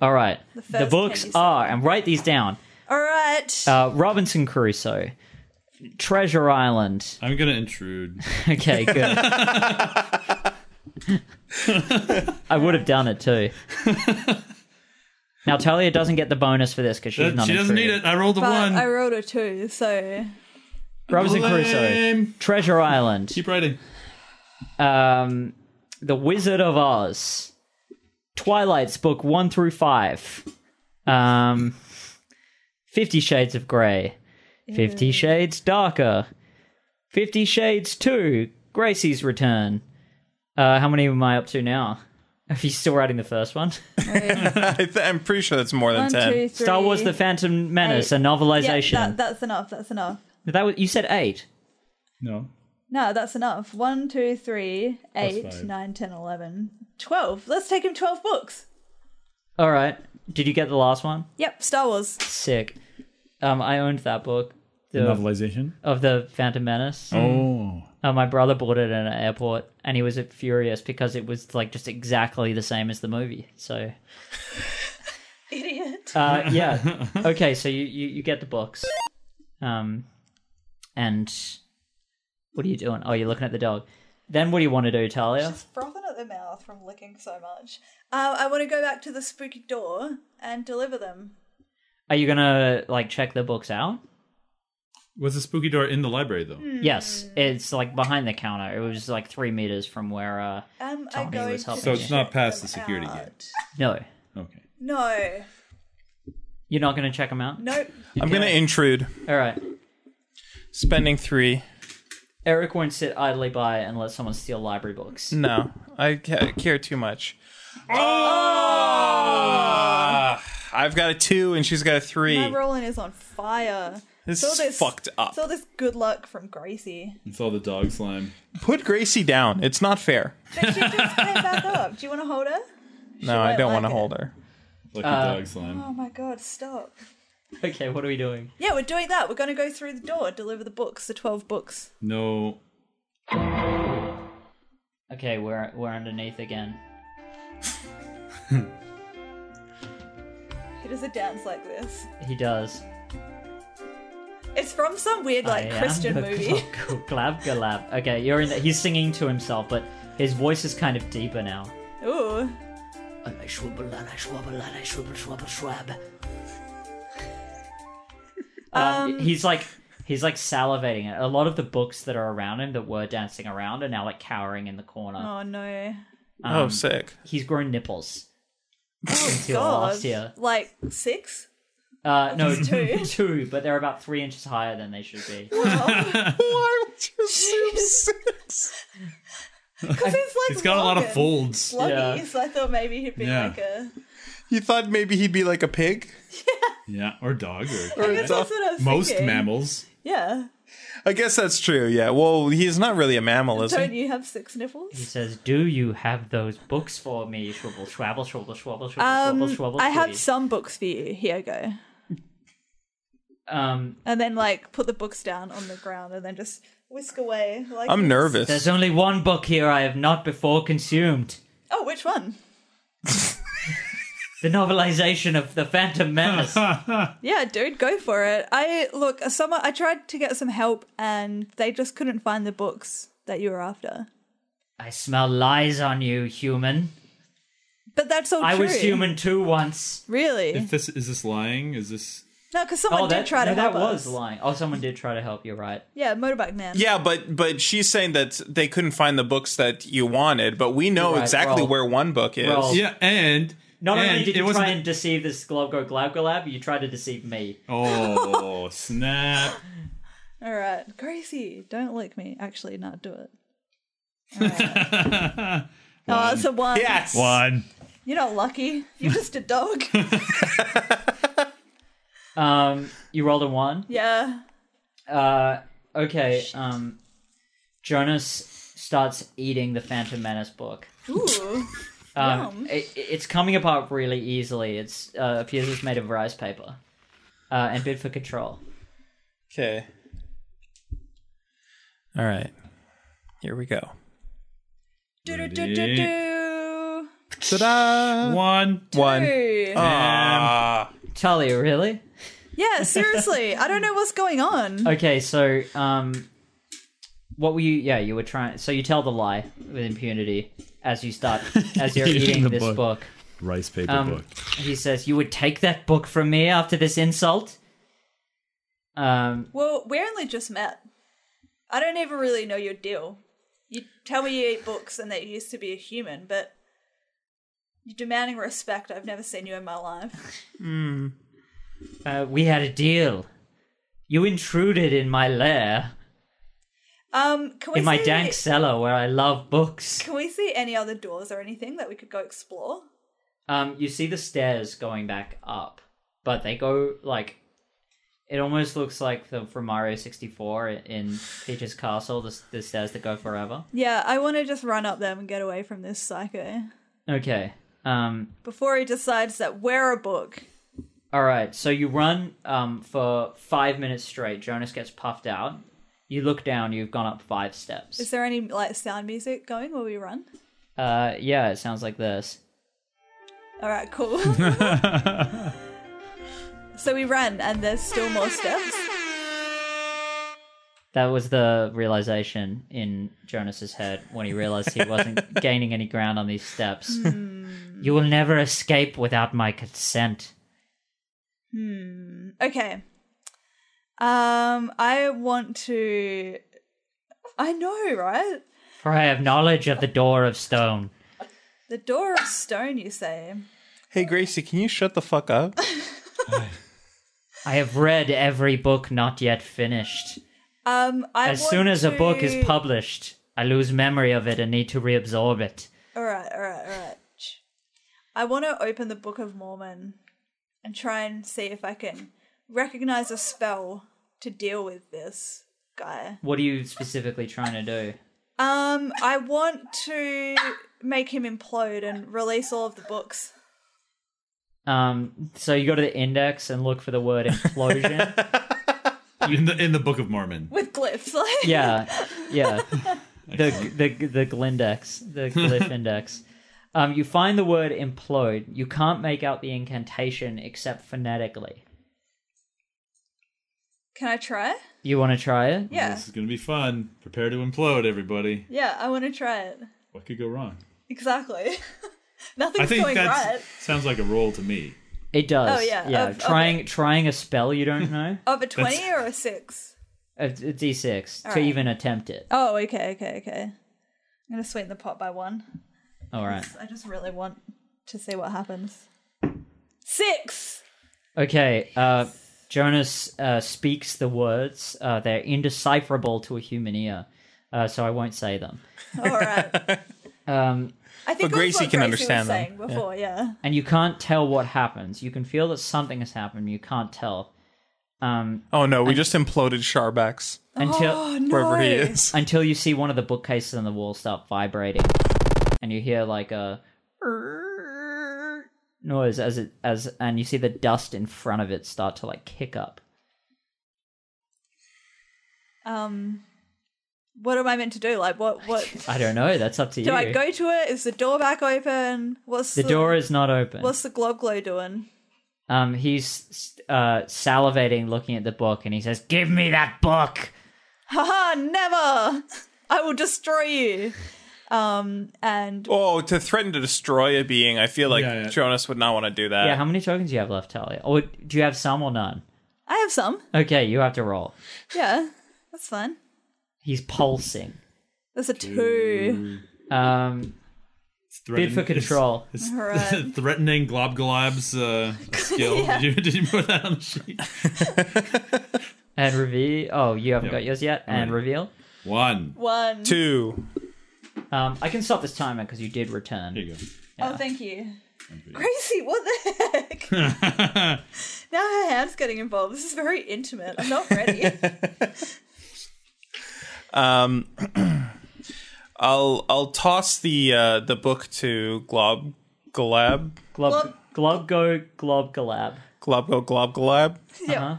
Speaker 2: All right. The,
Speaker 4: first ten
Speaker 2: books
Speaker 4: you said.
Speaker 2: are, and write these down
Speaker 4: All right.
Speaker 2: uh, Robinson Crusoe, Treasure Island.
Speaker 1: I'm gonna intrude.
Speaker 2: Okay, good. I would have done it too. Now, Talia doesn't get the bonus for this because she's not
Speaker 1: she doesn't need
Speaker 2: intruding.
Speaker 1: it. I rolled a
Speaker 4: but
Speaker 1: one.
Speaker 4: I rolled a two, so
Speaker 2: Robinson Crusoe,
Speaker 1: Lame.
Speaker 2: Treasure Island.
Speaker 1: Keep writing.
Speaker 2: um, The Wizard of Oz, Twilight's book one through five, um, Fifty Shades of Grey, Fifty Shades Darker, Fifty Shades Two, Gracie's Return. Uh, how many am I up to now? Are you still writing the first one?
Speaker 3: I th- I'm pretty sure that's more than
Speaker 4: one,
Speaker 3: ten.
Speaker 4: two, three.
Speaker 2: Star Wars: The Phantom Menace, a
Speaker 4: Eight. Yeah,
Speaker 2: novelization.
Speaker 4: that, that's enough. That's enough.
Speaker 2: that was you said eight.
Speaker 1: No.
Speaker 4: No, that's enough. One, two, three, eight,
Speaker 1: five.
Speaker 4: nine, ten, eleven, twelve. Let's take him 12 books.
Speaker 2: All right. Did you get the last one?
Speaker 4: Yep, Star Wars.
Speaker 2: Sick. Um, I owned that book. The,
Speaker 1: Novelization.
Speaker 2: of the Phantom Menace.
Speaker 1: Oh.
Speaker 2: Uh, my brother bought it at an airport, and he was furious because it was like just exactly the same as the movie. So,
Speaker 4: Idiot.
Speaker 2: uh, yeah, okay. So you, you you get the books, um, and what are you doing? Oh, you're looking at the dog. Then what do you want to do, Talia?
Speaker 4: Just frothing at the mouth from licking so much. Uh, I want to go back to the spooky door and deliver them.
Speaker 2: Are you gonna like check the books out?
Speaker 1: Was the spooky door in the library though?
Speaker 2: Yes, it's like behind the counter. It was like three meters from where. Uh,
Speaker 4: Am I
Speaker 2: Tommy
Speaker 4: Um, going
Speaker 2: was
Speaker 4: to
Speaker 2: helping So
Speaker 1: it's not
Speaker 4: check
Speaker 1: past
Speaker 4: them
Speaker 1: the security
Speaker 4: out?
Speaker 2: no,
Speaker 1: Okay.
Speaker 4: No.
Speaker 2: you're not gonna check them out.
Speaker 4: Nope.
Speaker 3: I'm gonna intrude.
Speaker 2: All right.
Speaker 3: Spending three.
Speaker 2: Eric won't sit idly by and let someone steal library books.
Speaker 3: No, I ca- care too much. Ah, I've got a two and she's got a three.
Speaker 4: My rolling is on fire.
Speaker 3: This
Speaker 4: It's all
Speaker 3: is fucked up.
Speaker 4: It's all this good luck from Gracie.
Speaker 1: It's all the dog slime.
Speaker 3: Put Gracie down. It's not fair.
Speaker 4: But she just came back up. Do you want to hold her?
Speaker 3: No, I
Speaker 4: won't
Speaker 3: don't
Speaker 4: like
Speaker 3: want to
Speaker 4: it.
Speaker 3: hold her.
Speaker 1: Lucky
Speaker 2: Uh,
Speaker 1: dog slime.
Speaker 4: Oh my god, stop.
Speaker 2: Okay, what are we doing?
Speaker 4: Yeah, we're doing that. We're going to go through the door, deliver the books, the 12 books.
Speaker 1: No.
Speaker 2: Okay, we're we're underneath again.
Speaker 4: He does a dance like this.
Speaker 2: He does.
Speaker 4: It's from some weird, like,
Speaker 2: I am
Speaker 4: Christian
Speaker 2: the
Speaker 4: movie.
Speaker 2: glab- Glab galab. Okay, you're in. The, he's singing to himself, but his voice is kind of deeper now.
Speaker 4: Ooh.
Speaker 2: Um, he's like he's like salivating. A lot of the books that are around him that were dancing around are now like cowering in the corner.
Speaker 4: Oh no.
Speaker 3: oh, sick.
Speaker 2: He's grown nipples.
Speaker 4: Oh
Speaker 2: your last year.
Speaker 4: Like, six?
Speaker 2: Uh, no,
Speaker 4: Just two?
Speaker 2: two, but they're about three inches higher than they should be.
Speaker 3: Why would you assume six?
Speaker 4: Because it's like.
Speaker 1: It's got a lot
Speaker 4: long
Speaker 1: of
Speaker 4: and
Speaker 1: folds.
Speaker 4: sluggy, so I thought maybe he'd be
Speaker 1: Yeah.
Speaker 4: like a.
Speaker 3: You thought maybe he'd be like a pig?
Speaker 1: Yeah. Or dog or
Speaker 4: That's what I was
Speaker 1: most
Speaker 4: thinking.
Speaker 1: mammals.
Speaker 4: Yeah.
Speaker 3: I guess that's true. Yeah. Well, he's not really a mammal, is
Speaker 4: Don't
Speaker 3: he?
Speaker 4: you have six
Speaker 2: He
Speaker 4: nipples?
Speaker 2: says, "Do you have those books for me?" Shwabble, shwabble, shwabble, shwabble, shwabble,
Speaker 4: Um,
Speaker 2: shwabble, shwabble.
Speaker 4: I have
Speaker 2: shwabble."
Speaker 4: some books for you. Here you go.
Speaker 2: Um,
Speaker 4: And then like put the books down on the ground and then just whisk away. Like
Speaker 3: I'm
Speaker 4: this.
Speaker 3: nervous.
Speaker 2: there's only one book here I have not before consumed:
Speaker 4: Oh, which one?
Speaker 2: the novelization of the Phantom Menace.
Speaker 4: Yeah, dude, go for it. I look, summer. I tried to get some help, and they just couldn't find the books that you were after.
Speaker 2: I smell lies on you, human.
Speaker 4: But that's all
Speaker 2: I
Speaker 4: true.
Speaker 2: was human too once.
Speaker 4: really?
Speaker 1: If this is this lying? Is this
Speaker 4: no, because someone
Speaker 2: oh, that,
Speaker 4: did try to
Speaker 2: no,
Speaker 4: help
Speaker 2: that was
Speaker 4: us.
Speaker 2: lying. Oh, someone did try to help. You're right.
Speaker 4: Yeah, motorbike man.
Speaker 3: Yeah, but but she's saying that they couldn't find the books that you wanted, but we know
Speaker 2: Right,
Speaker 3: exactly
Speaker 2: well-
Speaker 3: where one book is.
Speaker 2: well-
Speaker 1: yeah? And
Speaker 2: Not
Speaker 1: and
Speaker 2: only did
Speaker 1: it
Speaker 2: you
Speaker 1: wasn't
Speaker 2: try and deceive this Globgo Glabgalab, you tried to deceive me.
Speaker 1: Oh snap!
Speaker 4: All right, Gracie, don't lick me. Actually, not do it. Oh, it's a one.
Speaker 3: yes.
Speaker 1: One.
Speaker 4: You're not lucky. You're just a dog.
Speaker 2: Um, you rolled a one.
Speaker 4: yeah.
Speaker 2: Uh, okay. Um, Jonas starts eating the Phantom Menace book.
Speaker 4: Ooh.
Speaker 2: Um,
Speaker 4: Yum.
Speaker 2: it, it's coming apart really easily. It's uh, appears it's made of rice paper. Uh, and bid for control.
Speaker 3: Okay. All right. Here we go.
Speaker 4: Do do do do do.
Speaker 3: Ta-da!
Speaker 1: One.
Speaker 3: One. Uh.
Speaker 4: Ooh.
Speaker 3: Ah.
Speaker 2: Tully, really?
Speaker 4: Yeah, seriously. I don't know what's going on.
Speaker 2: Okay, so um, what were you? Yeah, you were trying. So you tell the lie with impunity as you start as you're
Speaker 1: Eating
Speaker 2: eating
Speaker 1: the
Speaker 2: this
Speaker 1: book.
Speaker 2: book.
Speaker 1: Rice paper
Speaker 2: Um,
Speaker 1: book.
Speaker 2: He says, "You would take that book from me after this insult." Um,
Speaker 4: Well, we only just met. I don't ever really know your deal. You tell me you eat books and that you used to be a human, but you're demanding respect. I've never seen you in my life.
Speaker 2: uh, we had a deal. You intruded in my lair,
Speaker 4: Um, can we
Speaker 2: in my
Speaker 4: see,
Speaker 2: dank cellar where I love books.
Speaker 4: Can we see any other doors or anything that we could go explore?
Speaker 2: Um, you see the stairs going back up, but they go like it almost looks like the, from Mario sixty four in Peach's castle. The, the stairs that go forever.
Speaker 4: Yeah, I want to just run up them and get away from this psycho
Speaker 2: Okay. Um,
Speaker 4: before he decides that we're a book.
Speaker 2: All right, so you run um, for five minutes straight. Jonas gets puffed out. You look down. You've gone up five steps.
Speaker 4: Is there any like sound music going while we run?
Speaker 2: Uh, yeah, it sounds like this.
Speaker 4: All right, cool. so we run, and there's still more steps.
Speaker 2: That was the realization in Jonas's head when he realized he wasn't gaining any ground on these steps.
Speaker 4: Hmm.
Speaker 2: you will never escape without my consent.
Speaker 4: Okay. Um, I want to. I know, right?
Speaker 2: For I have knowledge of the door of stone.
Speaker 4: The door of stone, you say.
Speaker 3: Hey Gracie, can you shut the fuck up?
Speaker 2: I have read every book not yet finished.
Speaker 4: Um, I
Speaker 2: As
Speaker 4: want
Speaker 2: soon as a book is
Speaker 4: to-
Speaker 2: published, I lose memory of it and need to reabsorb it.
Speaker 4: All right, all right, all right. Shh. I want to open the Book of Mormon and try and see if I can recognize a spell to deal with this guy.
Speaker 2: What are you specifically trying to do?
Speaker 4: Um, I want to make him implode and release all of the books.
Speaker 2: Um, so you go to the index and look for the word implosion.
Speaker 1: In the in the Book of Mormon.
Speaker 4: With glyphs, like
Speaker 2: yeah, yeah. The the the glindex, the glyph index. Um, you find the word implode. You can't make out the incantation except phonetically.
Speaker 4: Can I try?
Speaker 2: You want to try it?
Speaker 4: Yeah,
Speaker 1: This is gonna be fun. Prepare to implode, everybody.
Speaker 4: yeah. I want to try it.
Speaker 1: What could go wrong?
Speaker 4: Exactly.
Speaker 1: I
Speaker 4: Nothing's
Speaker 1: think
Speaker 4: going
Speaker 1: that
Speaker 4: right.
Speaker 1: sounds like a roll to me.
Speaker 2: It does.
Speaker 4: Oh, yeah,
Speaker 2: Yeah.
Speaker 4: of- okay.
Speaker 2: trying trying a spell you don't know.
Speaker 4: Of a 20 or a 6?
Speaker 2: a, a D six to
Speaker 4: right.
Speaker 2: even attempt it.
Speaker 4: Oh, okay, okay, okay. I'm going to sweeten the pot by one.
Speaker 2: All right.
Speaker 4: I just really want to see what happens. Six!
Speaker 2: Okay. Uh, Jonas uh, speaks the words. Uh, they're indecipherable to a human ear, uh, so I won't say them.
Speaker 4: All right.
Speaker 2: Um,
Speaker 4: I think
Speaker 3: But Gracie
Speaker 4: that's
Speaker 3: can
Speaker 4: what Gracie was
Speaker 3: understand them.
Speaker 4: saying before, yeah.
Speaker 2: and you can't tell what happens. You can feel that something has happened, you can't tell. um,
Speaker 3: Oh no, we just imploded Sharbax
Speaker 2: until
Speaker 4: Oh, no.
Speaker 3: wherever he is.
Speaker 2: until you see one of the bookcases on the wall start vibrating, and you hear like a noise as it as and you see the dust in front of it start to like kick up.
Speaker 4: Um, what am I meant to do? Like, what? What?
Speaker 2: I don't know. That's up to
Speaker 4: Do
Speaker 2: you.
Speaker 4: I go to it? Is the door back open? What's
Speaker 2: the door is not open.
Speaker 4: What's the glob glow doing?
Speaker 2: Um, he's uh, salivating, looking at the book, and he says, "Give me that book."
Speaker 4: Haha! Never. I will destroy you. Um, and
Speaker 3: Oh, to threaten to destroy a being, I feel like
Speaker 1: Yeah, yeah.
Speaker 3: Jonas would not want to do that.
Speaker 2: yeah, how many tokens do you have left, Talia? Or do you have some or none?
Speaker 4: I have some.
Speaker 2: Okay, you have to roll.
Speaker 4: Yeah, that's fine.
Speaker 2: He's pulsing.
Speaker 4: That's a two.
Speaker 2: Um,
Speaker 1: It's threatening-
Speaker 2: Bid for control.
Speaker 1: It's,
Speaker 4: All
Speaker 1: it's
Speaker 4: right.
Speaker 1: threatening glob globs uh, skill.
Speaker 4: Yeah.
Speaker 1: did, you, did you put that on the sheet?
Speaker 2: and reveal. Oh, you haven't
Speaker 1: Yep.
Speaker 2: got yours yet. And reveal.
Speaker 1: One.
Speaker 4: One.
Speaker 3: Two.
Speaker 2: Um, I can stop this timer because you did return.
Speaker 1: There you go.
Speaker 4: Oh, thank you. Gracie, what the heck? now her hand's getting involved. This is very intimate. I'm not ready.
Speaker 3: Um, I'll I'll toss the uh, the book to Glob Glab
Speaker 2: Glob, glob, go, glob, galab.
Speaker 3: Glob Go Glob Glab.
Speaker 4: yeah.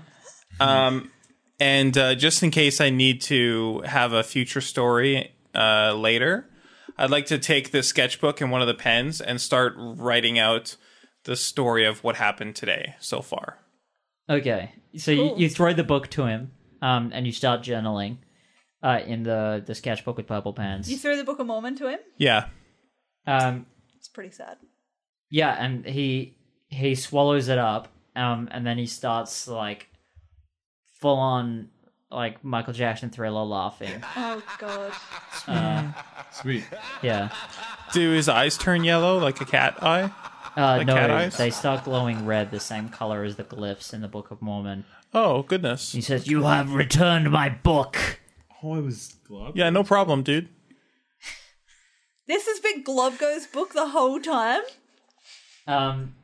Speaker 2: Uh-huh.
Speaker 3: Um, and uh, just in case I need to have a future story uh, later, I'd like to take this sketchbook and one of the pens and start writing out the story of what happened today so far.
Speaker 2: Okay, so
Speaker 4: Cool.
Speaker 2: you, you throw the book to him, um, and you start journaling, uh, in the the sketchbook with purple pens.
Speaker 4: You threw the Book of Mormon to him?
Speaker 3: Yeah.
Speaker 2: Um,
Speaker 4: It's pretty sad.
Speaker 2: Yeah, and he he swallows it up, um, and then he starts like full on like Michael Jackson thriller laughing.
Speaker 4: Oh, God.
Speaker 1: Sweet.
Speaker 2: Yeah.
Speaker 3: Do his eyes turn yellow like a cat eye?
Speaker 2: Uh,
Speaker 3: Like cat
Speaker 2: no,
Speaker 3: eyes?
Speaker 2: they start glowing red, the same color as the glyphs in the Book of Mormon.
Speaker 3: Oh, goodness.
Speaker 2: He says, "You have returned my book."
Speaker 1: Oh, I was glob.
Speaker 3: Yeah, no problem, dude.
Speaker 4: This has been Globgo's book the whole time.
Speaker 2: Um.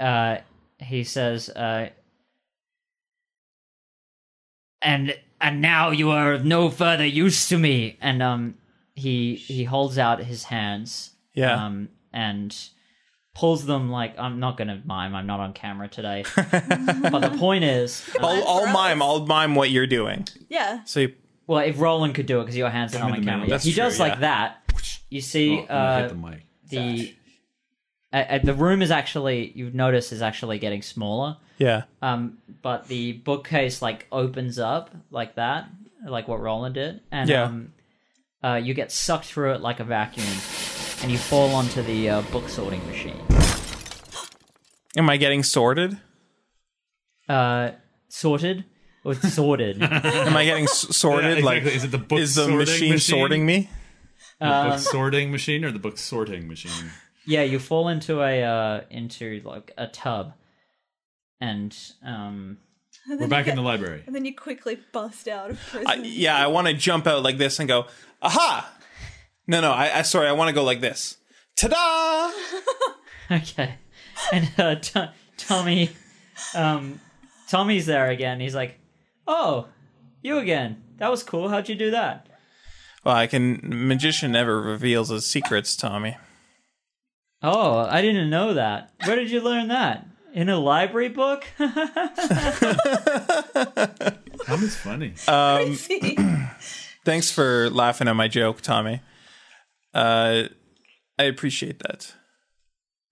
Speaker 2: Uh, he says, uh, and and now you are of no further use to me. And um, he he holds out his hands.
Speaker 3: Yeah.
Speaker 2: Um, and pulls them like I'm not gonna mime. I'm not on camera today. but the point is, um,
Speaker 3: I'll, I'll mime. I'll mime what you're doing.
Speaker 4: Yeah.
Speaker 3: So you,
Speaker 2: well, if Roland could do it because your hands are not
Speaker 1: in
Speaker 2: on
Speaker 1: the
Speaker 2: camera,
Speaker 1: middle.
Speaker 2: he
Speaker 3: That's
Speaker 2: does
Speaker 3: true,
Speaker 2: like
Speaker 3: yeah.
Speaker 2: that. You see,
Speaker 1: Oh, I'm gonna
Speaker 2: uh,
Speaker 1: hit the mic.
Speaker 2: the uh, uh, the room is actually you've noticed is actually getting smaller.
Speaker 3: yeah.
Speaker 2: Um, but the bookcase like opens up like that, like what Roland did, and
Speaker 3: Yeah.
Speaker 2: um, uh, you get sucked through it like a vacuum, and you fall onto the uh, book sorting machine.
Speaker 3: Am I getting sorted?
Speaker 2: Uh, sorted or sorted?
Speaker 3: Am I getting s- sorted?
Speaker 1: Yeah,
Speaker 3: Like,
Speaker 1: exactly. Is it the book
Speaker 3: is the
Speaker 1: sorting
Speaker 3: machine,
Speaker 1: machine?
Speaker 3: sorting me?
Speaker 1: The
Speaker 2: Uh,
Speaker 1: book sorting machine or the book sorting machine?
Speaker 2: yeah, you fall into a uh, into like a tub, and um,
Speaker 1: We're back in the library.
Speaker 4: And then you quickly bust out of prison.
Speaker 3: I, yeah, I want to jump out like this and go, aha! No, no, I, I sorry, I want to go like this. Ta-da!
Speaker 2: okay, and uh, T- Tommy, um, Tommy's there again. He's like, "Oh, you again? That was cool. How'd you do that?"
Speaker 3: Well, I can. Magician never reveals his secrets, Tommy.
Speaker 2: Oh, I didn't know that. Where did you learn that? In a library book?
Speaker 1: Tommy's funny.
Speaker 4: See?
Speaker 3: Thanks for laughing at my joke, Tommy. Uh, I appreciate that.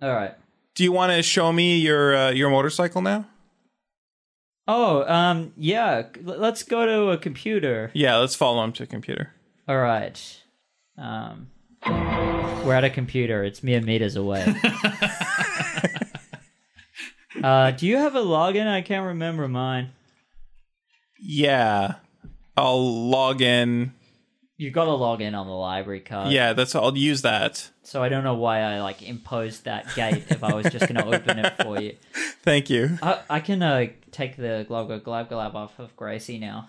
Speaker 2: All right.
Speaker 3: Do you want to show me your uh, your motorcycle now?
Speaker 2: Oh, um, yeah. l- let's go to a computer.
Speaker 3: Yeah, let's follow him to the computer.
Speaker 2: All right. Um, we're at a computer. It's mere meters away. uh, do you have a login? I can't remember mine.
Speaker 3: Yeah, I'll log in.
Speaker 2: You got to log in on the library card.
Speaker 3: Yeah, that's. I'll use that.
Speaker 2: So I don't know why I like imposed that gate if I was just going to open it for you.
Speaker 3: Thank you.
Speaker 2: I, I can uh, take the glob glob glob glob off of Gracie now.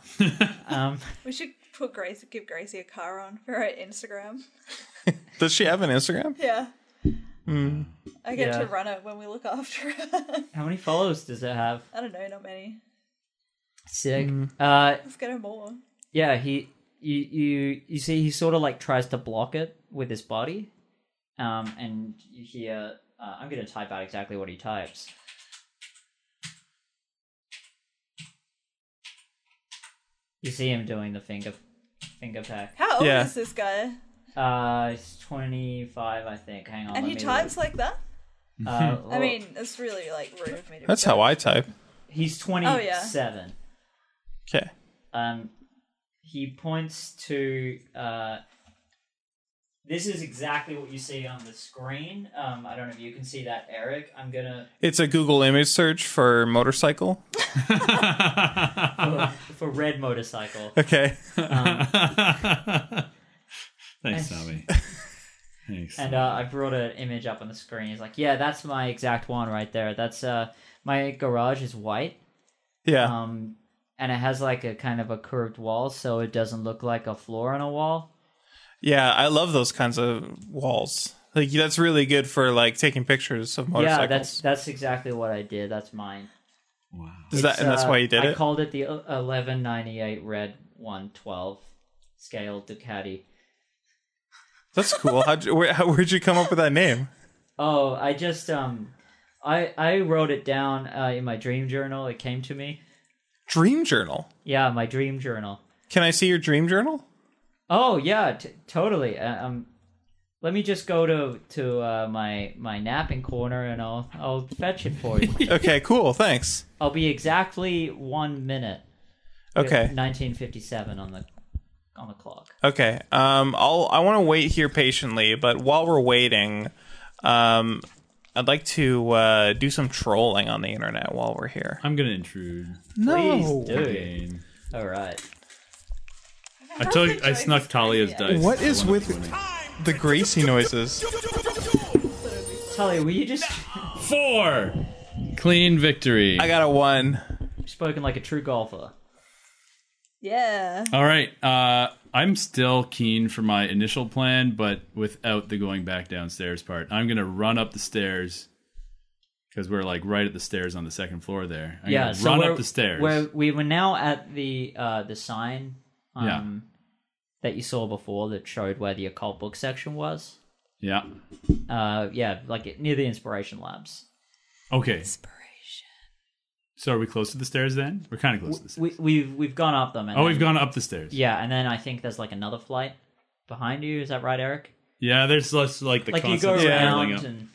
Speaker 2: um,
Speaker 4: we should put Gracie, give Gracie a car on for her Instagram.
Speaker 3: Does she have an Instagram?
Speaker 4: Yeah. I get
Speaker 2: Yeah.
Speaker 4: Hmm. to run it when we look after her.
Speaker 2: how many followers does it have?
Speaker 4: I don't know, not many.
Speaker 2: Sick. Uh,
Speaker 4: Let's get him more.
Speaker 2: yeah, he you you you see he sort of like tries to block it with his body, um, and you hear uh, I'm gonna type out exactly what he types. You see him doing the finger finger pack.
Speaker 4: How old
Speaker 3: Yeah.
Speaker 4: is this guy?
Speaker 2: Uh, he's 25, I think. Hang
Speaker 1: Oh,
Speaker 2: on.
Speaker 4: And
Speaker 2: let
Speaker 4: he
Speaker 2: me
Speaker 4: types like that?
Speaker 2: look. Uh,
Speaker 4: I
Speaker 2: well,
Speaker 4: mean, it's really like rude of me to.
Speaker 3: That's how I type.
Speaker 2: he's 27.
Speaker 3: Okay.
Speaker 2: um, he points to uh, this is exactly what you see on the screen um, i don't know if you can see that eric i'm gonna
Speaker 3: It's a Google image search for motorcycle.
Speaker 2: for, for red motorcycle
Speaker 3: Okay.
Speaker 2: um,
Speaker 1: Thanks, Tommy. Thanks.
Speaker 2: and uh, i brought an image up on the screen he's like yeah that's my exact one right there that's uh, my garage is white
Speaker 3: Yeah.
Speaker 2: um, and it has like a kind of a curved wall so it doesn't look like a floor on a wall
Speaker 3: Yeah, I love those kinds of walls. Like that's really good for like taking pictures of motorcycles.
Speaker 2: yeah that's that's exactly what i did that's mine
Speaker 1: wow.
Speaker 3: Is that,
Speaker 2: It's,
Speaker 3: and that's
Speaker 2: uh,
Speaker 3: why you did
Speaker 2: I
Speaker 3: it.
Speaker 2: called it the 1198 red 112 scale Ducati.
Speaker 3: that's cool. How'd you, where, how, where'd you come up with that name?
Speaker 2: Oh, I just um, I I wrote it down uh, in my dream journal. It came to me.
Speaker 3: Dream journal.
Speaker 2: Yeah, my dream journal.
Speaker 3: Can I see your dream journal?
Speaker 2: Oh yeah, t- totally. Uh, um, let me just go to to uh, my my napping corner and I'll I'll fetch it for you.
Speaker 3: Okay, cool. Thanks.
Speaker 2: I'll be exactly one minute. with
Speaker 3: Okay.
Speaker 2: 1957 on the on the clock.
Speaker 3: Okay. Um, I'll I want to wait here patiently, but while we're waiting, um, I'd like to uh, do some trolling on the internet while we're here.
Speaker 1: I'm gonna intrude.
Speaker 2: Please do it.
Speaker 1: Again.
Speaker 2: All right.
Speaker 1: I took. I snuck Talia's dice.
Speaker 3: What
Speaker 1: I
Speaker 3: is
Speaker 1: wanna
Speaker 3: with-
Speaker 1: twenty.
Speaker 3: the greasy noises.
Speaker 2: Tully, were you just
Speaker 1: four? Clean victory.
Speaker 3: I got a one.
Speaker 2: spoken like a true golfer?
Speaker 4: Yeah.
Speaker 1: All right. Uh, I'm still keen for my initial plan, but without the going back downstairs part. I'm gonna run up the stairs because we're like right at the stairs on the second floor there. I'm
Speaker 2: yeah,
Speaker 1: gonna
Speaker 2: so
Speaker 1: run
Speaker 2: we're-
Speaker 1: up the stairs.
Speaker 2: We're, we were now at the uh, the sign um,
Speaker 1: Yeah.
Speaker 2: that you saw before that showed where the occult book section was.
Speaker 1: Yeah.
Speaker 2: Uh, yeah, like it- near the Inspiration Labs.
Speaker 1: Okay.
Speaker 4: Inspiration.
Speaker 1: So are we close to the stairs then? We're kind of close to the stairs.
Speaker 2: We, we've we've gone up them. And
Speaker 1: oh,
Speaker 2: then-
Speaker 1: we've gone up the stairs.
Speaker 2: Yeah, and then I think there's like another flight behind you. Is that right, Eric?
Speaker 1: Yeah, there's less like the
Speaker 2: Like you
Speaker 1: concept
Speaker 2: go
Speaker 1: of leveling
Speaker 2: around
Speaker 1: up.
Speaker 2: and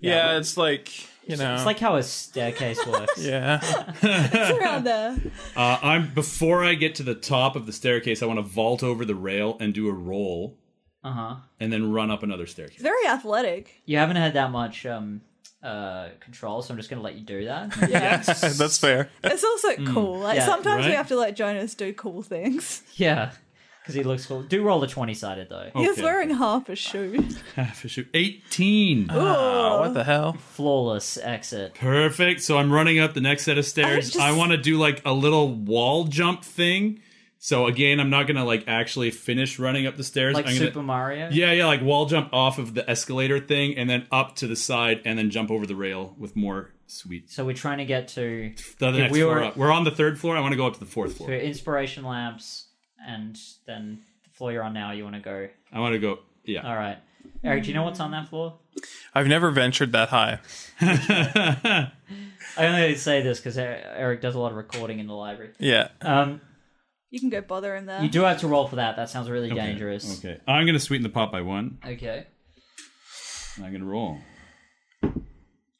Speaker 3: Yeah, it's like you know.
Speaker 2: it's like how a staircase works.
Speaker 3: yeah.
Speaker 4: It's around there.
Speaker 1: Uh, I'm before I get to the top of the staircase, I want to vault over the rail and do a roll,
Speaker 2: Uh huh.
Speaker 1: and then run up another staircase.
Speaker 4: Very athletic.
Speaker 2: You haven't had that much um uh control, so I'm just gonna let you do that.
Speaker 4: Yeah.
Speaker 3: That's fair.
Speaker 4: it's also cool. Like
Speaker 2: Yeah,
Speaker 4: sometimes we
Speaker 1: Mm. right?
Speaker 4: have to let Jonas do cool things.
Speaker 2: Yeah, because he looks cool. Do roll the twenty sided though.
Speaker 1: Okay.
Speaker 4: He's wearing half a shoe.
Speaker 1: Half a shoe. 18. Ah,
Speaker 3: Oh, what the hell?
Speaker 2: Flawless exit.
Speaker 1: Perfect. So I'm running up the next set of stairs. I,
Speaker 4: just-
Speaker 1: want to do like a little wall jump thing. So again, I'm not gonna like actually finish running up the stairs.
Speaker 2: Like
Speaker 1: I'm gonna,
Speaker 2: Super Mario.
Speaker 1: yeah, yeah, like wall jump off of the escalator thing, and then up to the side, and then jump over the rail with more sweet.
Speaker 2: So we're trying to get to
Speaker 1: The, the
Speaker 2: If
Speaker 1: next
Speaker 2: we
Speaker 1: floor
Speaker 2: were-
Speaker 1: up. We're on the third floor. I want to go up to the fourth floor.
Speaker 2: to inspiration lamps, and then the floor you're on now. You want to go?
Speaker 1: I want to go. Yeah.
Speaker 2: All right, Eric. Do you know what's on that floor?
Speaker 3: I've never ventured that high.
Speaker 2: I only say this because Eric does a lot of recording in the library.
Speaker 3: Yeah.
Speaker 2: Um,
Speaker 4: You can go bother him there.
Speaker 2: you do have to roll for that. That sounds really dangerous.
Speaker 1: Okay. I'm gonna sweeten the pot by one.
Speaker 2: Okay.
Speaker 1: And I'm gonna roll.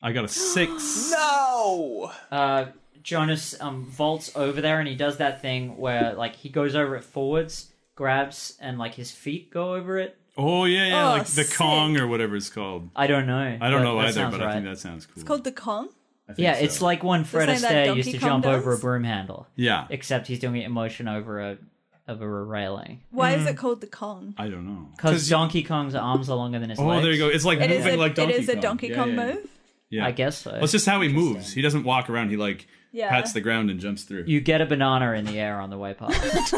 Speaker 1: I got a six.
Speaker 3: No.
Speaker 2: uh, Jonas um, vaults over there and he does that thing where like he goes over it forwards, grabs, and like his feet go over it.
Speaker 1: oh yeah, yeah,
Speaker 4: Oh,
Speaker 1: like the
Speaker 4: sick.
Speaker 1: Kong or whatever it's called.
Speaker 2: I don't know.
Speaker 1: I don't
Speaker 2: but
Speaker 1: know
Speaker 2: that
Speaker 1: either,
Speaker 2: sounds
Speaker 1: but I
Speaker 2: right.
Speaker 1: think that sounds cool.
Speaker 4: It's called the Kong.
Speaker 1: I think
Speaker 2: yeah,
Speaker 1: so.
Speaker 2: it's like when Fred
Speaker 4: same that
Speaker 2: Astaire
Speaker 4: Donkey
Speaker 2: used to
Speaker 4: Kong
Speaker 2: jump over a
Speaker 4: does?
Speaker 2: broom handle,
Speaker 1: yeah.
Speaker 2: except he's doing it in motion over a over a railing
Speaker 4: Why
Speaker 1: Mm.
Speaker 4: is it called the Kong?
Speaker 1: I don't know.
Speaker 2: because Donkey Kong's arms are longer than his
Speaker 1: Oh,
Speaker 2: legs.
Speaker 1: there you go. It's like
Speaker 4: It is
Speaker 1: moving
Speaker 4: a,
Speaker 1: like Donkey
Speaker 4: it is
Speaker 1: Kong.
Speaker 4: a Donkey
Speaker 1: Yeah,
Speaker 4: Kong
Speaker 1: yeah, yeah.
Speaker 4: move.
Speaker 1: Yeah.
Speaker 2: I guess so.
Speaker 1: Well, it's just how he moves. He doesn't walk around. He like
Speaker 4: Yeah.
Speaker 1: pats the ground and jumps through.
Speaker 2: You get a banana in the air on the way past.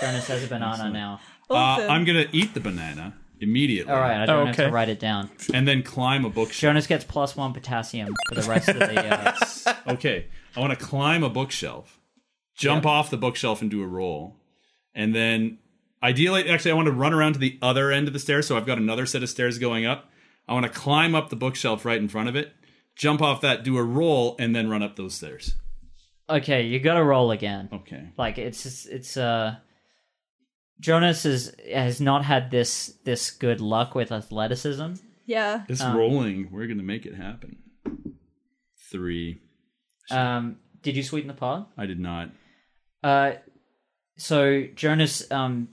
Speaker 2: Jonas has a banana now.
Speaker 1: Uh,
Speaker 4: Awesome.
Speaker 1: I'm gonna eat the banana immediately,
Speaker 2: All right, I
Speaker 1: Oh,
Speaker 2: don't have
Speaker 3: Okay.
Speaker 2: to write it down.
Speaker 1: and then climb a bookshelf.
Speaker 2: Jonas gets plus one potassium for the rest of the. Uh,
Speaker 1: okay, I want to climb a bookshelf jump off the bookshelf and do a roll. And then ideally, actually, I want to run around to the other end of the stairs. So I've got another set of stairs going up. I want to climb up the bookshelf right in front of it, jump off that, do a roll, and then run up those stairs.
Speaker 2: uh, Okay, you gotta roll again.
Speaker 1: Okay.
Speaker 2: Like it's just- it's uh Jonas is has not had this this good luck with athleticism.
Speaker 4: Yeah.
Speaker 1: It's
Speaker 2: Um,
Speaker 1: rolling. We're going to make it happen. Three.
Speaker 2: Um did you sweeten the pot?
Speaker 1: I did not.
Speaker 2: Uh so Jonas um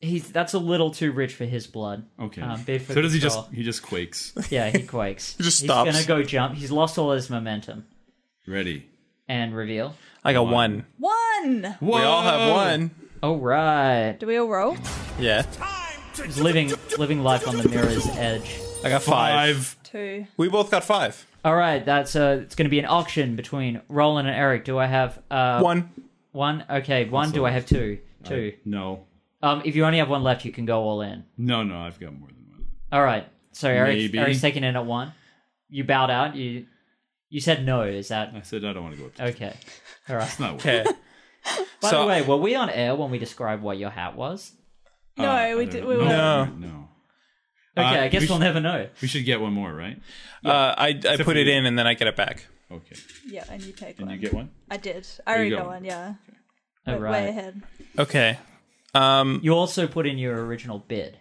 Speaker 2: he's that's a little too rich for his blood.
Speaker 1: Okay.
Speaker 2: Um,
Speaker 1: so
Speaker 2: bid for
Speaker 1: does he just?
Speaker 2: control.
Speaker 1: He just quakes.
Speaker 2: Yeah, he quakes. he
Speaker 3: just
Speaker 2: he's
Speaker 3: stops.
Speaker 2: gonna go jump. He's lost all his momentum
Speaker 1: Ready.
Speaker 2: and reveal.
Speaker 3: I got one.
Speaker 4: One.
Speaker 3: We all have
Speaker 1: Whoa!
Speaker 3: one.
Speaker 2: Oh right.
Speaker 4: Do we all roll?
Speaker 3: Yeah.
Speaker 2: He's living living life on the mirror's edge.
Speaker 3: I got five.
Speaker 1: Five.
Speaker 4: Two.
Speaker 3: We both got five.
Speaker 2: All right, that's uh, it's going to be an auction between Roland and Eric. Do I have uh
Speaker 3: One.
Speaker 2: One? Okay, one. Do I have two? Two.
Speaker 1: No.
Speaker 2: Um, if you only have one left, you can go all in.
Speaker 1: No. No. I've got more than one.
Speaker 2: All right. So Eric,
Speaker 1: Maybe.
Speaker 2: Eric's taking in at one. You bowed out. You you said no. Is that
Speaker 1: I said I don't want to go up. To
Speaker 2: okay? All right.
Speaker 1: It's not.
Speaker 3: Okay.
Speaker 2: By
Speaker 3: So-
Speaker 2: the way, were we on air when we described what your hat was?
Speaker 4: No,
Speaker 1: Uh,
Speaker 4: we
Speaker 1: I
Speaker 4: did.
Speaker 1: don't
Speaker 4: We
Speaker 1: know.
Speaker 4: were.
Speaker 3: No.
Speaker 1: No.
Speaker 2: Okay,
Speaker 1: Uh,
Speaker 2: I guess
Speaker 1: we
Speaker 2: we'll
Speaker 1: should-
Speaker 2: never know.
Speaker 1: We should get one more, right?
Speaker 3: Uh, I, I put
Speaker 1: for
Speaker 3: it
Speaker 1: you.
Speaker 3: in and then I get it back.
Speaker 1: Okay.
Speaker 4: Yeah, and you take
Speaker 1: And
Speaker 4: one.
Speaker 1: you get one.
Speaker 4: I did. I
Speaker 1: There
Speaker 4: already
Speaker 1: you
Speaker 4: got
Speaker 1: go.
Speaker 4: one. Yeah.
Speaker 2: All
Speaker 4: Went Way
Speaker 2: right.
Speaker 4: ahead.
Speaker 3: Okay. Um,
Speaker 2: You also put in your original bid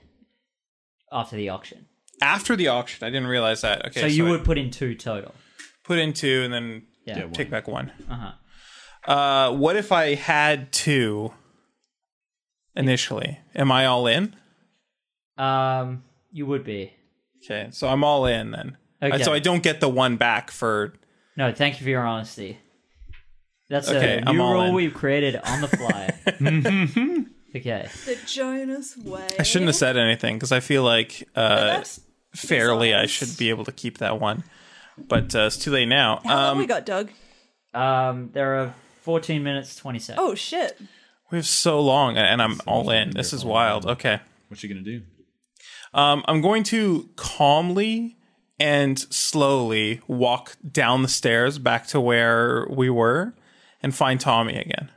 Speaker 2: after the auction,
Speaker 3: after the auction, I didn't realize that. Okay.
Speaker 2: so you
Speaker 3: I
Speaker 2: would put in two total.
Speaker 3: put in two and then
Speaker 2: Yeah.
Speaker 1: one.
Speaker 3: take back one.
Speaker 2: Uh-huh.
Speaker 3: Uh, what if I had two initially? Am I all in?
Speaker 2: Um, you would be.
Speaker 3: Okay, so I'm all in then.
Speaker 2: Okay.
Speaker 3: So I don't get the one back for.
Speaker 2: No, thank you for your honesty. That's
Speaker 3: Okay,
Speaker 2: a
Speaker 3: I'm
Speaker 2: new
Speaker 3: all
Speaker 2: rule
Speaker 3: in. Mm-hmm.
Speaker 2: we've created on the fly. okay.
Speaker 4: The Jonas way.
Speaker 3: I shouldn't have said anything because I feel like uh,
Speaker 4: That's
Speaker 3: fairly I
Speaker 4: dishonest.
Speaker 3: should be able to keep that one, but uh, it's too late now.
Speaker 4: How long
Speaker 3: Um,
Speaker 4: we got, Doug?
Speaker 2: Um, there are 14 minutes 20 seconds.
Speaker 4: Oh shit!
Speaker 3: we have so long, and I'm all in. This is wild. Okay.
Speaker 1: What you gonna do?
Speaker 3: Um, I'm going to calmly and slowly walk down the stairs back to where we were and find Tommy again.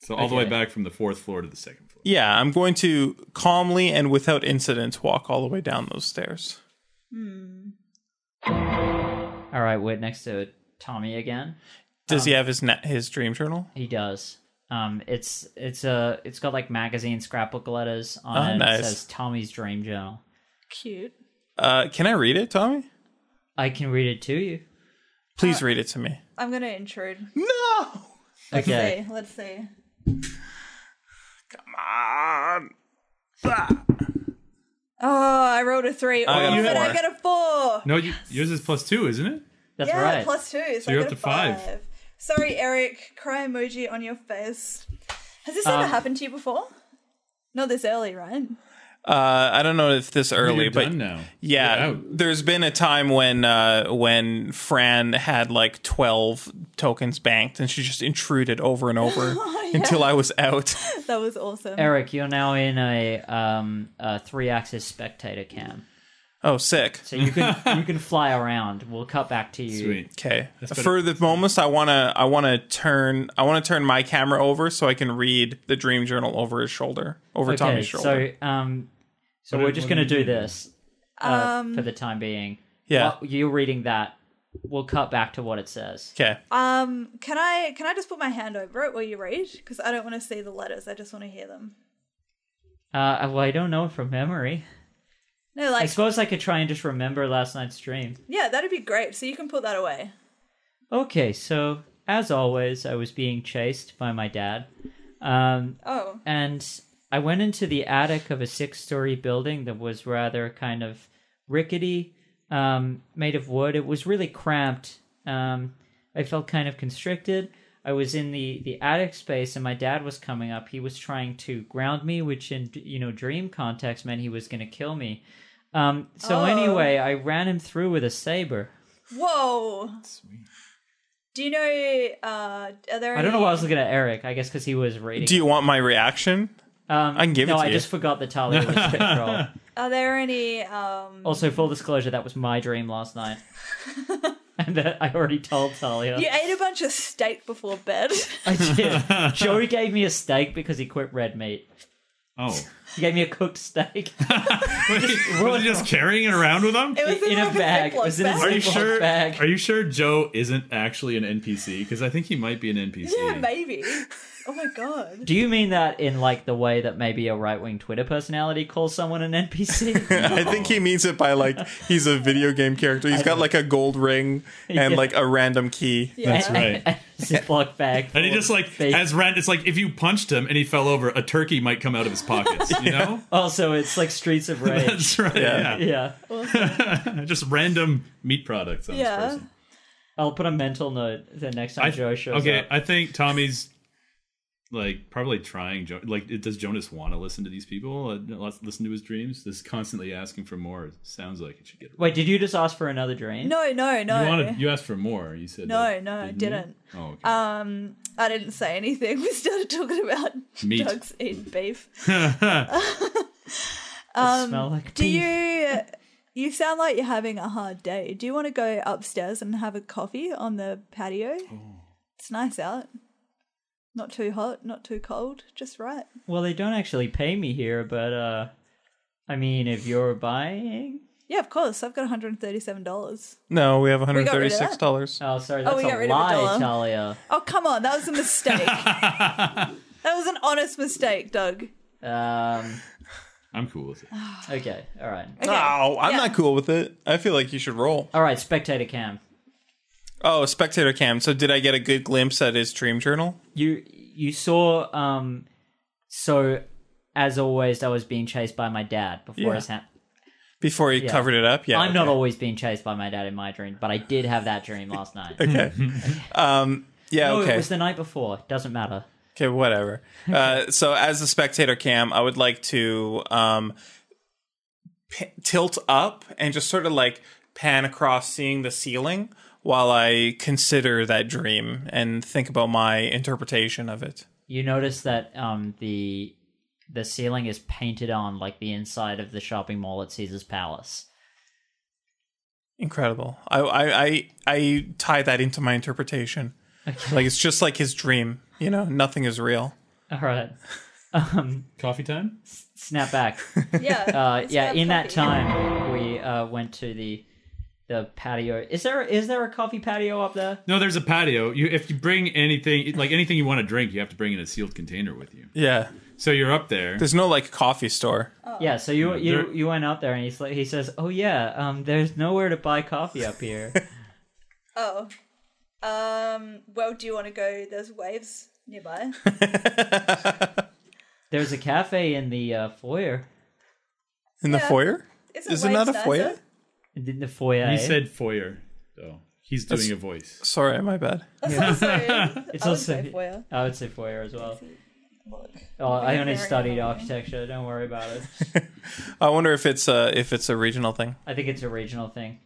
Speaker 1: So all the way
Speaker 2: Okay.
Speaker 1: back from the fourth floor to the second floor.
Speaker 3: Yeah, I'm going to calmly and without incident walk all the way down those stairs.
Speaker 2: All right, we're next to Tommy again.
Speaker 3: Does he have his na- his dream journal?
Speaker 2: He does. Um, it's it's a it's got like magazine scrapbook letters on
Speaker 3: Oh,
Speaker 2: it. and It
Speaker 3: nice.
Speaker 2: says Tommy's dream journal.
Speaker 4: Cute.
Speaker 3: Uh, can I read it, Tommy?
Speaker 2: I can read it to you.
Speaker 3: Please read it to me.
Speaker 4: I'm gonna intrude.
Speaker 3: No.
Speaker 2: Okay.
Speaker 4: See, let's see.
Speaker 3: Come on. Ah.
Speaker 4: Oh, I rolled a three. Oh,
Speaker 3: I got a
Speaker 4: but I
Speaker 3: four.
Speaker 4: got a four.
Speaker 1: No, you, yours is plus two, isn't it?
Speaker 2: That's
Speaker 4: yeah,
Speaker 2: right.
Speaker 4: plus two. So,
Speaker 1: you're
Speaker 4: I
Speaker 1: up
Speaker 4: got
Speaker 1: to
Speaker 4: a
Speaker 1: five.
Speaker 4: five. Sorry, Eric. Cry emoji on your face. Has this ever
Speaker 2: Um,
Speaker 4: happened to you before? Not this early, right?
Speaker 3: Uh, I don't know if this early,
Speaker 1: You're
Speaker 3: but
Speaker 1: done now.
Speaker 3: yeah,
Speaker 1: You're out.
Speaker 3: there's been a time when uh, when Fran had like twelve tokens banked, and she just intruded over and over until I was out.
Speaker 4: That was awesome.
Speaker 2: Eric, you're now in a um a three axis spectator cam.
Speaker 3: Oh, sick.
Speaker 2: So you can you can fly around. We'll cut back to you.
Speaker 1: Sweet.
Speaker 3: Okay.
Speaker 1: better.
Speaker 3: For the moment, I wanna I wanna turn I wanna turn my camera over so I can read the dream journal over his shoulder, over Tommy's shoulder.
Speaker 2: So, um, so
Speaker 1: What
Speaker 2: we're
Speaker 1: do-
Speaker 2: just
Speaker 1: what do
Speaker 2: gonna
Speaker 1: you
Speaker 2: do
Speaker 1: mean?
Speaker 2: this uh,
Speaker 4: Um,
Speaker 2: for the time being.
Speaker 3: yeah.
Speaker 2: While you're reading that. We'll cut back to what it says.
Speaker 3: okay.
Speaker 4: Um, can I can I just put my hand over it while you read? Because I don't want to see the letters. I just want to hear them.
Speaker 2: Uh, well, I don't know from memory.
Speaker 4: No,
Speaker 2: I
Speaker 4: like
Speaker 2: suppose I could try and just remember last night's dream.
Speaker 4: yeah, that'd be great. So you can put that away.
Speaker 2: Okay, so as always, I was being chased by my dad. Um,
Speaker 4: Oh,
Speaker 2: and I went into the attic of a six story building that was rather kind of rickety, um, made of wood. It was really cramped. Um, I felt kind of constricted. I was in the, the attic space and my dad was coming up. He was trying to ground me, which in you know dream context meant he was going to kill me. Um, so
Speaker 4: Oh.
Speaker 2: anyway, I ran him through with a saber.
Speaker 4: whoa. Do you know? Uh, are there?
Speaker 2: I don't know
Speaker 4: any-
Speaker 2: why I was looking at Eric. I guess because he was reading.
Speaker 3: Do you want my reaction?
Speaker 2: um,
Speaker 3: I can give it
Speaker 2: no,
Speaker 3: to
Speaker 2: I
Speaker 3: you.
Speaker 2: just forgot the Talia was in control.
Speaker 4: Are there any? Um,
Speaker 2: Also, full disclosure, that was my dream last night. and that I already told Talia.
Speaker 4: You ate a bunch of steak before bed.
Speaker 2: I did. Joey gave me a steak because he quit red meat.
Speaker 1: Oh,
Speaker 2: He gave me a cooked steak
Speaker 1: was he just carrying it around with him?
Speaker 4: It was
Speaker 2: in a
Speaker 4: like
Speaker 2: bag. It
Speaker 4: Ziploc
Speaker 2: was in a
Speaker 4: bag.
Speaker 1: Are you
Speaker 2: Ziploc
Speaker 1: sure?
Speaker 2: bag.
Speaker 1: Are you sure Joe isn't actually an NPC? Because I think he might be an NPC.
Speaker 4: Yeah, maybe. Oh my god.
Speaker 2: Do you mean that in like the way that maybe a right wing Twitter personality calls someone an NPC?
Speaker 3: I think he means it by like he's a video game character. He's got like a gold ring and
Speaker 2: Yeah.
Speaker 3: like a random key.
Speaker 4: Yeah.
Speaker 1: That's right.
Speaker 2: Ziploc bag.
Speaker 1: And he just like
Speaker 2: fake-
Speaker 1: as Rand, it's like if you punched him and he fell over, a turkey might come out of his pockets. You know,
Speaker 2: also it's like Streets of Rage.
Speaker 1: that's right.
Speaker 3: Yeah.
Speaker 1: Yeah,
Speaker 2: yeah.
Speaker 1: just random meat products. On
Speaker 4: Yeah.
Speaker 1: this person.
Speaker 2: I'll put a mental note the next time
Speaker 1: I,
Speaker 2: Joe shows
Speaker 1: okay,
Speaker 2: up.
Speaker 1: I think Tommy's like probably trying. Jo- Like, it- does Jonas want to listen to these people? Uh, let's Listen to his dreams. This constantly asking for more. Sounds like it should get.
Speaker 2: Wait, did you just ask for another dream?
Speaker 4: No, no, no.
Speaker 1: You wanted. You asked for more. You said
Speaker 4: No,
Speaker 1: that,
Speaker 4: no, I
Speaker 1: you?
Speaker 4: didn't.
Speaker 1: Oh, okay.
Speaker 4: Um, I didn't say anything. We started talking about
Speaker 1: Meat.
Speaker 4: dogs eating beef.
Speaker 2: Does it smell like
Speaker 4: um, Do
Speaker 2: beef?
Speaker 4: you? You sound like you're having a hard day. Do you want to go upstairs and have a coffee on the patio?
Speaker 2: Oh.
Speaker 4: It's nice out. Not too hot, not too cold, just right.
Speaker 2: Well, they don't actually pay me here, but uh, I mean, if you're buying,
Speaker 4: Yeah, of course. I've got $137.
Speaker 3: No, we have one hundred
Speaker 4: got rid of
Speaker 3: thirty-six
Speaker 4: that.
Speaker 3: dollars.
Speaker 2: oh, sorry, that's
Speaker 4: Oh, we got
Speaker 2: a
Speaker 4: rid of a
Speaker 2: lie,
Speaker 4: dollar.
Speaker 2: Talia.
Speaker 4: Oh, come on. That was a mistake. that was an honest mistake, Doug.
Speaker 2: Um,
Speaker 1: I'm cool with it.
Speaker 4: uh,
Speaker 2: okay, all right,
Speaker 4: Okay.
Speaker 3: Oh, I'm
Speaker 4: Yeah.
Speaker 3: not cool with it. I feel like you should roll.
Speaker 2: all right. Spectator cam,
Speaker 3: Oh, spectator cam. So did I get a good glimpse at his dream journal?
Speaker 2: you you saw um, so as always, I was being chased by my dad before
Speaker 3: Yeah.
Speaker 2: his hand.
Speaker 3: Before he covered it up? Yeah.
Speaker 2: I'm not
Speaker 3: okay.
Speaker 2: always being chased by my dad in my dream, but I did have that dream last night.
Speaker 3: Okay. um yeah,
Speaker 2: No,
Speaker 3: okay.
Speaker 2: it was the night before. Doesn't matter.
Speaker 3: Okay, whatever. Uh, so, as a spectator cam, I would like to um, p- tilt up and just sort of like pan across seeing the ceiling while I consider that dream and think about my interpretation of it.
Speaker 2: You notice that um, the the ceiling is painted on like the inside of the shopping mall at Caesar's Palace.
Speaker 3: Incredible. I I I, I tie that into my interpretation. Like it's just like his dream. You know, nothing is real.
Speaker 2: All right. Um,
Speaker 1: Coffee time.
Speaker 2: snap back.
Speaker 4: Yeah.
Speaker 2: Uh,
Speaker 4: let's
Speaker 2: yeah,
Speaker 4: grab
Speaker 2: in that
Speaker 4: coffee.
Speaker 2: time we uh, went to the the patio. Is there is there a coffee patio up there?
Speaker 1: No, there's a patio. You, if you bring anything, like anything you want to drink, you have to bring in a sealed container with you.
Speaker 3: Yeah.
Speaker 1: So you're up there.
Speaker 3: There's no like coffee store.
Speaker 2: Yeah. So you you
Speaker 1: There-
Speaker 2: you went up there and he's like, he says, "Oh yeah, um, there's nowhere to buy coffee up here."
Speaker 4: Oh. Um, well, do you want to go? There's waves nearby.
Speaker 2: there's a cafe in the uh, foyer.
Speaker 3: In the
Speaker 4: Yeah.
Speaker 3: foyer?
Speaker 4: Isn't
Speaker 3: Is it not a
Speaker 4: waves nicer?
Speaker 3: foyer?
Speaker 2: In the foyer.
Speaker 1: He
Speaker 2: eh?
Speaker 1: said foyer. So he's doing
Speaker 3: That's-
Speaker 1: a voice.
Speaker 3: Sorry, my bad.
Speaker 4: That's also,
Speaker 2: It's
Speaker 4: I would
Speaker 2: also-
Speaker 4: say foyer.
Speaker 2: I would say foyer as well.
Speaker 4: Look.
Speaker 2: Oh, I only
Speaker 4: Very
Speaker 2: studied
Speaker 4: annoying.
Speaker 2: architecture. Don't worry about it.
Speaker 3: I wonder if it's a if it's a regional thing.
Speaker 2: I think it's a regional thing.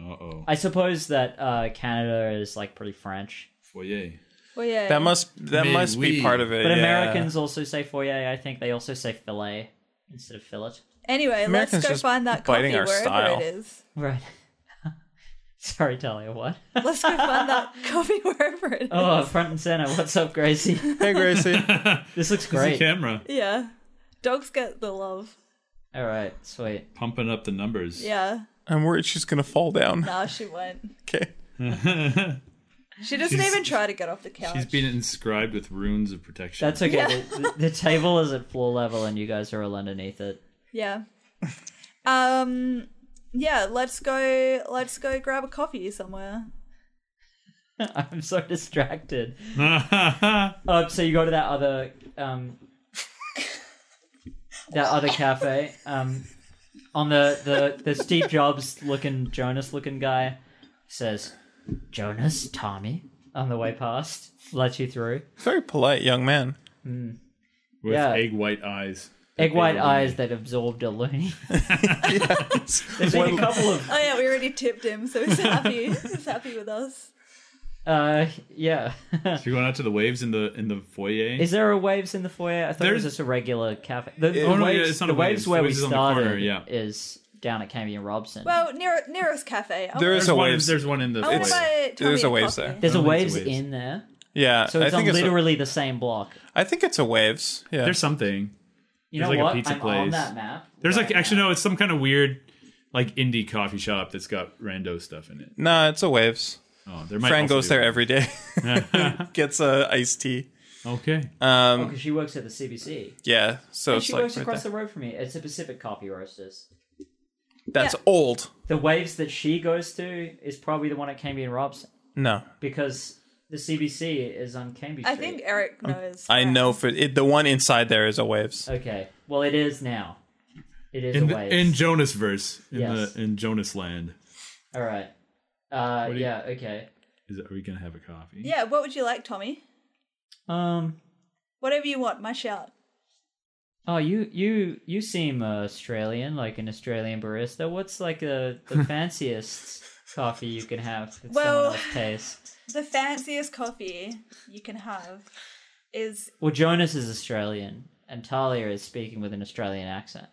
Speaker 1: Uh oh.
Speaker 2: I suppose that uh, Canada is like pretty French,
Speaker 1: Foyer.
Speaker 4: Well, yeah.
Speaker 3: That must that
Speaker 1: Maybe
Speaker 3: must be
Speaker 1: we-
Speaker 3: part of it.
Speaker 2: but
Speaker 3: yeah.
Speaker 2: Americans also say foyer. I think they also say fillet instead of fillet.
Speaker 4: anyway,
Speaker 3: Americans
Speaker 4: let's go
Speaker 3: just
Speaker 4: find that coffee
Speaker 3: biting our
Speaker 4: wherever
Speaker 3: style.
Speaker 4: it is.
Speaker 2: Right. Sorry, Talia. What?
Speaker 4: Let's go find that coffee wherever it is.
Speaker 2: Oh, front and center. What's up, Gracie?
Speaker 3: Hey Gracie.
Speaker 2: This
Speaker 1: There's
Speaker 2: looks
Speaker 1: a
Speaker 2: great.
Speaker 1: camera
Speaker 4: Yeah. Dogs get the love.
Speaker 2: All right, sweet.
Speaker 1: pumping up the numbers.
Speaker 4: Yeah.
Speaker 3: I'm worried she's gonna fall down.
Speaker 4: Nah, she won't.
Speaker 3: Okay.
Speaker 4: She doesn't even try to get off the couch.
Speaker 1: She's been inscribed with runes of protection.
Speaker 2: That's okay.
Speaker 4: Yeah.
Speaker 2: The, the table is at floor level, and you guys are all underneath it.
Speaker 4: Yeah. Um. Yeah. Let's go. Let's go grab a coffee somewhere.
Speaker 2: I'm so distracted.
Speaker 1: yeah,
Speaker 2: Uh, so you go to that other um, that other cafe um, on the the the Steve Jobs looking Jonas looking guy says Jonas Tommy on the way past lets you through
Speaker 3: Very polite young man.
Speaker 1: with
Speaker 2: Yeah.
Speaker 1: egg white eyes.
Speaker 2: egg white eyes that absorbed a loony. There's been a couple of
Speaker 4: Oh yeah, we already tipped him, so he's happy. he's happy with us.
Speaker 2: uh yeah.
Speaker 1: So you're going out to the waves in the in the foyer.
Speaker 2: Is there a waves in the foyer? I thought it was
Speaker 1: There's-
Speaker 2: just a regular cafe. The, the
Speaker 1: Oh, no, yeah,
Speaker 2: waves,
Speaker 1: it's not
Speaker 2: the
Speaker 1: a
Speaker 2: waves
Speaker 1: waves.
Speaker 2: where
Speaker 1: Waves is
Speaker 2: we
Speaker 1: on the corner,
Speaker 2: started
Speaker 1: yeah.
Speaker 2: is down at Cambion Robson.
Speaker 4: Well, near, nearest cafe. I
Speaker 3: There
Speaker 4: wanna-
Speaker 3: is
Speaker 1: There's
Speaker 3: a
Speaker 1: one,
Speaker 3: waves.
Speaker 1: in, there's one in
Speaker 2: Oh
Speaker 1: the.
Speaker 4: I want
Speaker 1: waves.
Speaker 4: to buy. Tommy
Speaker 3: there's a
Speaker 4: a
Speaker 3: waves
Speaker 4: coffee.
Speaker 3: there.
Speaker 2: There's a
Speaker 1: I don't think Oh, it's
Speaker 2: waves,
Speaker 1: a Waves.
Speaker 2: in there,
Speaker 3: Yeah,
Speaker 2: so it's
Speaker 3: I
Speaker 2: on
Speaker 3: think it's a-
Speaker 2: literally the same block.
Speaker 3: I think it's a waves. Yeah,
Speaker 1: There's something.
Speaker 2: You
Speaker 1: There's
Speaker 2: know
Speaker 1: like a
Speaker 2: what?
Speaker 1: pizza
Speaker 2: I'm on
Speaker 1: place.
Speaker 2: that map.
Speaker 1: There's
Speaker 2: right
Speaker 1: like
Speaker 2: now.
Speaker 1: actually no, it's some kind of weird like indie coffee shop that's got rando stuff in it.
Speaker 3: no, it's a waves.
Speaker 1: Oh, there might.
Speaker 3: Fran
Speaker 1: also be
Speaker 3: goes
Speaker 1: a-
Speaker 3: there every day. Gets a iced tea. Um,
Speaker 1: Okay.
Speaker 2: Oh, 'cause she works at the CBC.
Speaker 3: Yeah, so
Speaker 2: And
Speaker 3: it's
Speaker 2: she
Speaker 3: like
Speaker 2: works
Speaker 3: right
Speaker 2: across
Speaker 3: there.
Speaker 2: the road from me. It's a Pacific Coffee Roasters.
Speaker 3: that's
Speaker 4: Yeah.
Speaker 3: old.
Speaker 2: The waves that she goes to is probably the one at Cambion Robson
Speaker 3: No,
Speaker 2: because the CBC is on Cambridge.
Speaker 4: I think Eric knows.
Speaker 3: I
Speaker 4: that.
Speaker 3: know for it, the one inside there is a waves.
Speaker 2: Okay. Well, it is now. It is
Speaker 1: In,
Speaker 2: a
Speaker 1: the,
Speaker 2: waves.
Speaker 1: in Jonas verse, in
Speaker 2: Yes.
Speaker 1: the in Jonas land,
Speaker 2: All right. Uh,
Speaker 1: What do you-
Speaker 2: yeah. Okay.
Speaker 1: is are we gonna have a coffee?
Speaker 4: Yeah, what would you like, Tommy?
Speaker 2: Um.
Speaker 4: Whatever you want, my shout.
Speaker 2: Oh, you you you seem uh, Australian, like an Australian barista. What's like the the fanciest coffee you can have that
Speaker 4: Well-
Speaker 2: someone else pays?
Speaker 4: The fanciest coffee you can have is
Speaker 2: Well, Jonas is Australian, and Talia is speaking with an Australian accent.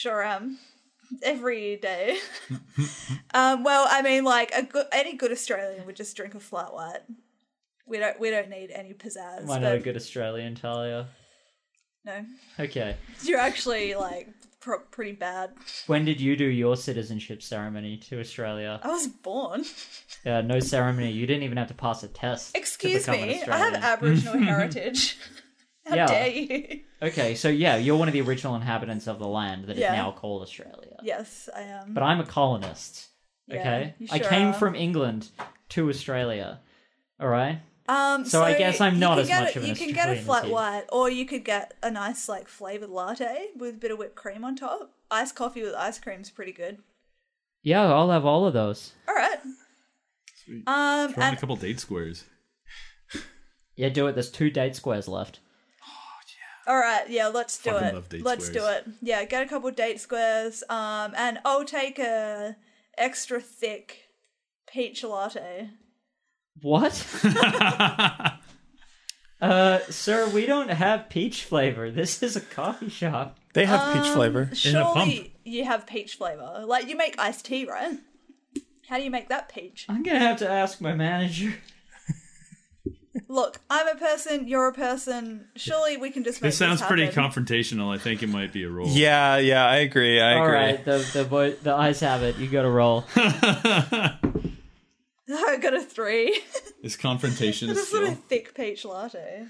Speaker 4: sure am every day. um, well, I mean, like a good, any good Australian would just drink a flat white. We don't we don't need any pizzazz.
Speaker 2: Am I not a
Speaker 4: but
Speaker 2: good Australian, Talia?
Speaker 4: No,
Speaker 2: Okay.
Speaker 4: you're actually like pr- pretty bad.
Speaker 2: When did you do your citizenship ceremony to Australia?
Speaker 4: I was born.
Speaker 2: Yeah, uh, no ceremony. You didn't even have to pass a test. to
Speaker 4: Excuse
Speaker 2: become an
Speaker 4: me, I have
Speaker 2: Australian.
Speaker 4: Aboriginal heritage. How
Speaker 2: Yeah.
Speaker 4: dare you?
Speaker 2: Okay, so yeah, you're one of the original inhabitants of the land that is
Speaker 4: Yeah.
Speaker 2: now called Australia.
Speaker 4: Yes, I am.
Speaker 2: But I'm a colonist.
Speaker 4: Yeah,
Speaker 2: okay?
Speaker 4: you
Speaker 2: I
Speaker 4: sure
Speaker 2: came
Speaker 4: are.
Speaker 2: from England to Australia. All right?
Speaker 4: Um,
Speaker 2: So I guess I'm
Speaker 4: you
Speaker 2: not
Speaker 4: can
Speaker 2: as
Speaker 4: get
Speaker 2: much
Speaker 4: a,
Speaker 2: of an
Speaker 4: You can get a
Speaker 2: Australian as
Speaker 4: flat
Speaker 2: you.
Speaker 4: white, or you could get a nice like flavored latte with a bit of whipped cream on top. Iced coffee with ice cream is pretty good.
Speaker 2: Yeah, I'll have all of those.
Speaker 4: All right. Um,
Speaker 1: Throw in a
Speaker 4: and
Speaker 1: couple date squares.
Speaker 2: Yeah, do it. There's two date squares left.
Speaker 4: all right, yeah, let's do
Speaker 1: Fucking
Speaker 4: it.
Speaker 1: love date
Speaker 4: let's
Speaker 1: squares.
Speaker 4: do it. Yeah, get a couple date squares. Um, and I'll take a extra thick peach latte.
Speaker 2: What? uh, sir, we don't have peach flavor. This is a coffee shop.
Speaker 3: They have
Speaker 4: Um,
Speaker 3: peach flavor.
Speaker 4: Surely you have peach flavor. Like you make iced tea, right? How do you make that peach?
Speaker 2: I'm gonna have to ask my manager.
Speaker 4: Look, I'm a person. You're a person. Surely we can just. Make
Speaker 1: This sounds pretty
Speaker 4: happen.
Speaker 1: confrontational. I think it might be a role.
Speaker 3: Yeah, yeah, I agree. I
Speaker 2: All
Speaker 3: agree.
Speaker 2: right, the the vo- the eyes have it. You got to roll.
Speaker 4: I got a three.
Speaker 1: Is confrontation a
Speaker 4: This sort
Speaker 1: skill?
Speaker 4: of thick peach latte.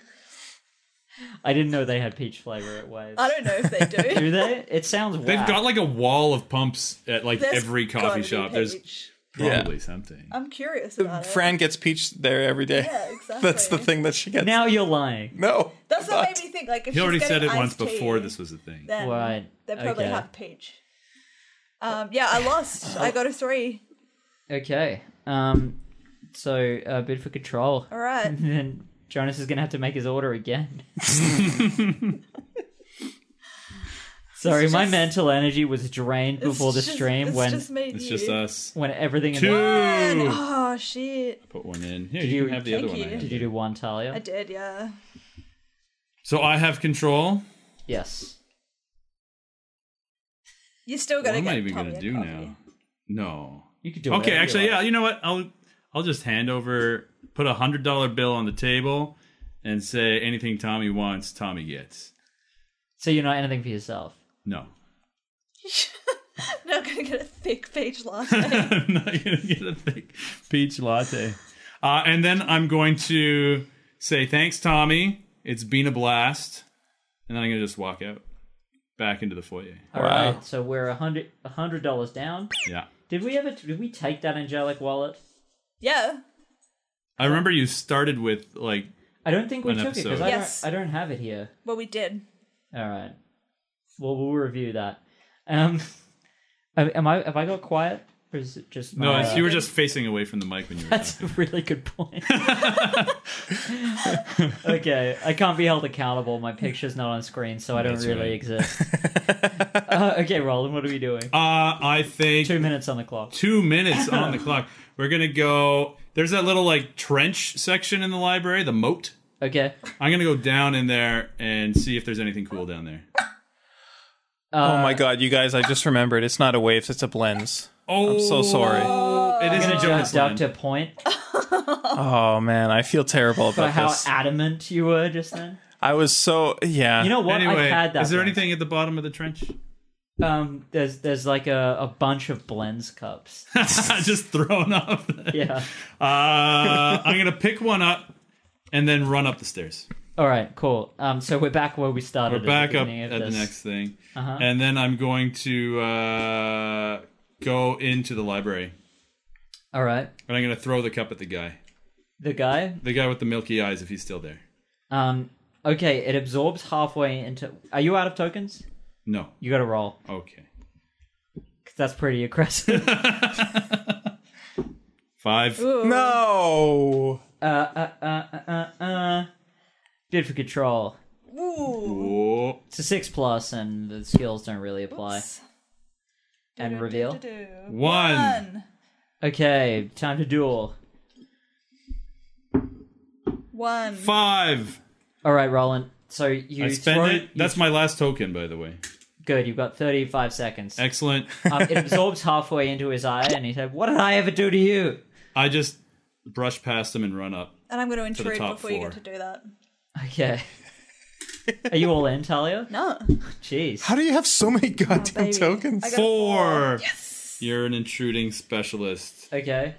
Speaker 2: I didn't know they had peach flavor at Waves.
Speaker 4: I don't know if they do.
Speaker 2: Do they? It sounds whack.
Speaker 1: They've got like a wall of pumps at like
Speaker 4: There's
Speaker 1: every
Speaker 4: gotta
Speaker 1: coffee
Speaker 4: be Uh,
Speaker 1: shop. There's
Speaker 4: peach.
Speaker 3: Yeah.
Speaker 1: probably something.
Speaker 4: I'm curious about it.
Speaker 3: Fran gets peach there every day.
Speaker 4: Yeah,
Speaker 3: That's the
Speaker 4: exactly.
Speaker 3: thing that she gets.
Speaker 2: now you're lying.
Speaker 3: no,
Speaker 4: That's
Speaker 3: but-
Speaker 4: what made me think. Like,
Speaker 1: He
Speaker 4: if she's
Speaker 1: already said
Speaker 4: getting
Speaker 1: it once
Speaker 4: iced tea,
Speaker 1: before this was a thing.
Speaker 4: Then
Speaker 2: Right,
Speaker 4: They probably
Speaker 2: okay.
Speaker 4: have peach. Um, yeah, I lost. I got a three.
Speaker 2: Okay. Um. So uh, bid for control.
Speaker 4: All right.
Speaker 2: And then Jonas is gonna have to make his order again. Sorry,
Speaker 4: It's
Speaker 2: my
Speaker 4: just-
Speaker 2: mental energy was drained
Speaker 4: It's
Speaker 2: before the
Speaker 4: just-
Speaker 2: stream
Speaker 4: it's
Speaker 2: when
Speaker 4: just me and
Speaker 1: It's
Speaker 4: you.
Speaker 1: just us.
Speaker 2: when everything. in
Speaker 1: Two.
Speaker 2: the-
Speaker 4: Man, oh shit!
Speaker 1: Put one in. Here,
Speaker 2: Did
Speaker 1: you,
Speaker 2: you-
Speaker 1: can have the
Speaker 4: Thank
Speaker 1: other one. I
Speaker 4: you.
Speaker 1: had
Speaker 2: Did you
Speaker 1: there.
Speaker 2: do one, Talia?
Speaker 4: I did, yeah.
Speaker 1: So I have control.
Speaker 2: Yes.
Speaker 4: You still
Speaker 1: What
Speaker 4: gotta
Speaker 1: am
Speaker 4: get.
Speaker 1: I even
Speaker 4: Tommy
Speaker 1: gonna
Speaker 4: a
Speaker 1: do
Speaker 4: coffee.
Speaker 1: now? No.
Speaker 2: You could do.
Speaker 1: okay,
Speaker 2: whatever you
Speaker 1: actually,
Speaker 2: like.
Speaker 1: yeah. You know what? I'll I'll just hand over, put a hundred dollar bill on the table, and say anything Tommy wants, Tommy gets.
Speaker 2: So you're not anything for yourself.
Speaker 1: No,
Speaker 4: Now I'm gonna get a thick peach latte.
Speaker 1: I'm not gonna get a thick peach latte. Uh, and then I'm going to say thanks, Tommy. It's been a blast. And then I'm gonna just walk out back into the foyer.
Speaker 2: All
Speaker 3: Wow.
Speaker 2: right. So we're a hundred a hundred dollars down.
Speaker 1: Yeah,
Speaker 2: Did we ever? Did we take that angelic wallet?
Speaker 4: yeah.
Speaker 1: I remember you started with like
Speaker 2: I don't think we
Speaker 1: An
Speaker 2: took it because
Speaker 1: episode.
Speaker 2: I,
Speaker 4: Yes.
Speaker 2: don't, I don't have it here.
Speaker 4: Well, we did.
Speaker 2: All right. Well, we'll review that. Um, am I? Have I got quiet? Or is it just
Speaker 1: no,
Speaker 2: my,
Speaker 1: it's-
Speaker 2: uh,
Speaker 1: you were just facing away from the mic when you were
Speaker 2: That's
Speaker 1: talking.
Speaker 2: a really good point. okay, I can't be held accountable. My picture's not on screen, so I don't
Speaker 1: That's
Speaker 2: really
Speaker 1: right.
Speaker 2: exist. uh, okay, Roland, what are we doing?
Speaker 1: Uh, I think
Speaker 2: Two minutes on the clock.
Speaker 1: two minutes on the clock. We're gonna go. There's that little like trench section in the library, the moat.
Speaker 2: Okay.
Speaker 1: I'm gonna go down in there and see if there's anything cool down there.
Speaker 3: oh
Speaker 4: Uh,
Speaker 3: my god, you guys! I just remembered. It's not a waves. It's a blends.
Speaker 1: Oh,
Speaker 3: I'm so sorry.
Speaker 1: It is a Jonas
Speaker 2: Jumped up
Speaker 1: line.
Speaker 2: to a point
Speaker 3: Oh man, I feel terrible
Speaker 2: for
Speaker 3: about
Speaker 2: how
Speaker 3: this.
Speaker 2: adamant you were just then.
Speaker 3: I was so yeah.
Speaker 2: You know what?
Speaker 1: Anyway,
Speaker 2: I've had that.
Speaker 1: is there
Speaker 2: once.
Speaker 1: anything at the bottom of the trench?
Speaker 2: Um, there's there's like a, a bunch of blends cups.
Speaker 1: Just thrown off.
Speaker 2: Yeah.
Speaker 1: Uh, I'm gonna pick one up and then run up the stairs.
Speaker 2: All right. Cool. Um, so we're back where we started.
Speaker 1: We're back
Speaker 2: at the
Speaker 1: up
Speaker 2: beginning
Speaker 1: at
Speaker 2: of
Speaker 1: the
Speaker 2: this. Uh-huh.
Speaker 1: next thing, and then I'm going to uh, go into the library
Speaker 2: All right.
Speaker 1: and I'm gonna throw the cup at the guy,
Speaker 2: The guy.
Speaker 1: the guy with the milky eyes, if he's still there.
Speaker 2: Um. Okay. It absorbs halfway into. Are you out of tokens?
Speaker 1: No.
Speaker 2: You got to roll.
Speaker 1: Okay.
Speaker 2: 'cause that's pretty aggressive.
Speaker 1: Five.
Speaker 4: Ooh.
Speaker 3: no.
Speaker 2: uh, uh, uh, uh, uh, uh. Did for control.
Speaker 4: Ooh.
Speaker 1: Whoa.
Speaker 2: It's a six plus, and the skills don't really apply. And reveal.
Speaker 1: One.
Speaker 4: One.
Speaker 2: Okay. Time to duel.
Speaker 4: One.
Speaker 1: Five.
Speaker 2: All right, Roland. So you
Speaker 1: I spend
Speaker 2: throw
Speaker 1: it.
Speaker 2: you-
Speaker 1: That's my last token, by the way.
Speaker 2: good. You've got thirty-five seconds.
Speaker 1: Excellent.
Speaker 2: Um, it absorbs halfway into his eye, and he said, "What did I ever do to you?"
Speaker 1: I just brush past him and run up.
Speaker 4: And I'm going to
Speaker 1: the
Speaker 4: intrude
Speaker 1: top
Speaker 4: before you get
Speaker 1: four.
Speaker 4: to do that.
Speaker 2: Okay. Are you all in, Talia?
Speaker 4: No.
Speaker 2: Jeez.
Speaker 3: How do you have so many goddamn
Speaker 4: Oh, baby.
Speaker 3: tokens?
Speaker 4: I got a
Speaker 1: Four. You're an intruding specialist.
Speaker 2: Okay.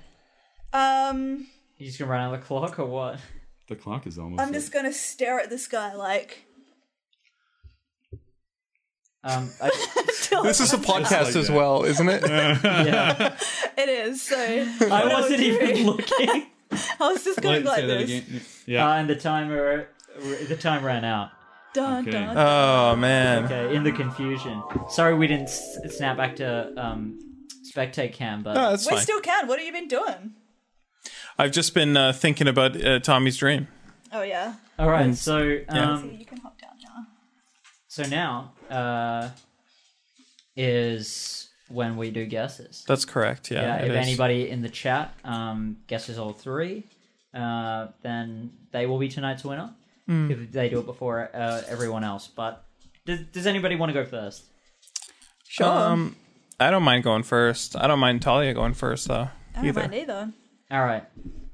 Speaker 4: Um,
Speaker 2: You just gonna run out of the clock or what?
Speaker 1: The clock is almost.
Speaker 4: I'm just going to stare at this guy like.
Speaker 2: Um, I,
Speaker 4: till-
Speaker 3: This is a podcast
Speaker 1: like
Speaker 3: as
Speaker 1: that.
Speaker 3: well, isn't it?
Speaker 2: yeah.
Speaker 4: It is. So
Speaker 2: I wasn't even looking.
Speaker 4: I was just going to go like this.
Speaker 1: Yeah.
Speaker 2: Uh, and the timer, the time ran out.
Speaker 4: Dun,
Speaker 1: Okay.
Speaker 4: dun.
Speaker 3: oh man.
Speaker 2: Okay, in the confusion. Sorry, we didn't s- snap back to um, spectate cam, but
Speaker 3: No, that's
Speaker 4: we
Speaker 3: fine.
Speaker 4: still can. What have you been doing?
Speaker 3: I've just been uh, thinking about uh, Tommy's dream.
Speaker 4: Oh, yeah.
Speaker 2: all right. So, um,
Speaker 4: See, you can hop down now.
Speaker 2: so now uh, is when we do guesses.
Speaker 3: That's correct. Yeah.
Speaker 2: yeah,
Speaker 3: it
Speaker 2: Uh, if
Speaker 3: is.
Speaker 2: anybody in the chat um, guesses all three, uh, then they will be tonight's winner. If they do it before uh, everyone else, but does, does anybody want to go first?
Speaker 4: Sure.
Speaker 3: Um, I don't mind going first. I don't mind Talia going first though.
Speaker 4: I don't
Speaker 3: either.
Speaker 4: mind either.
Speaker 2: All right,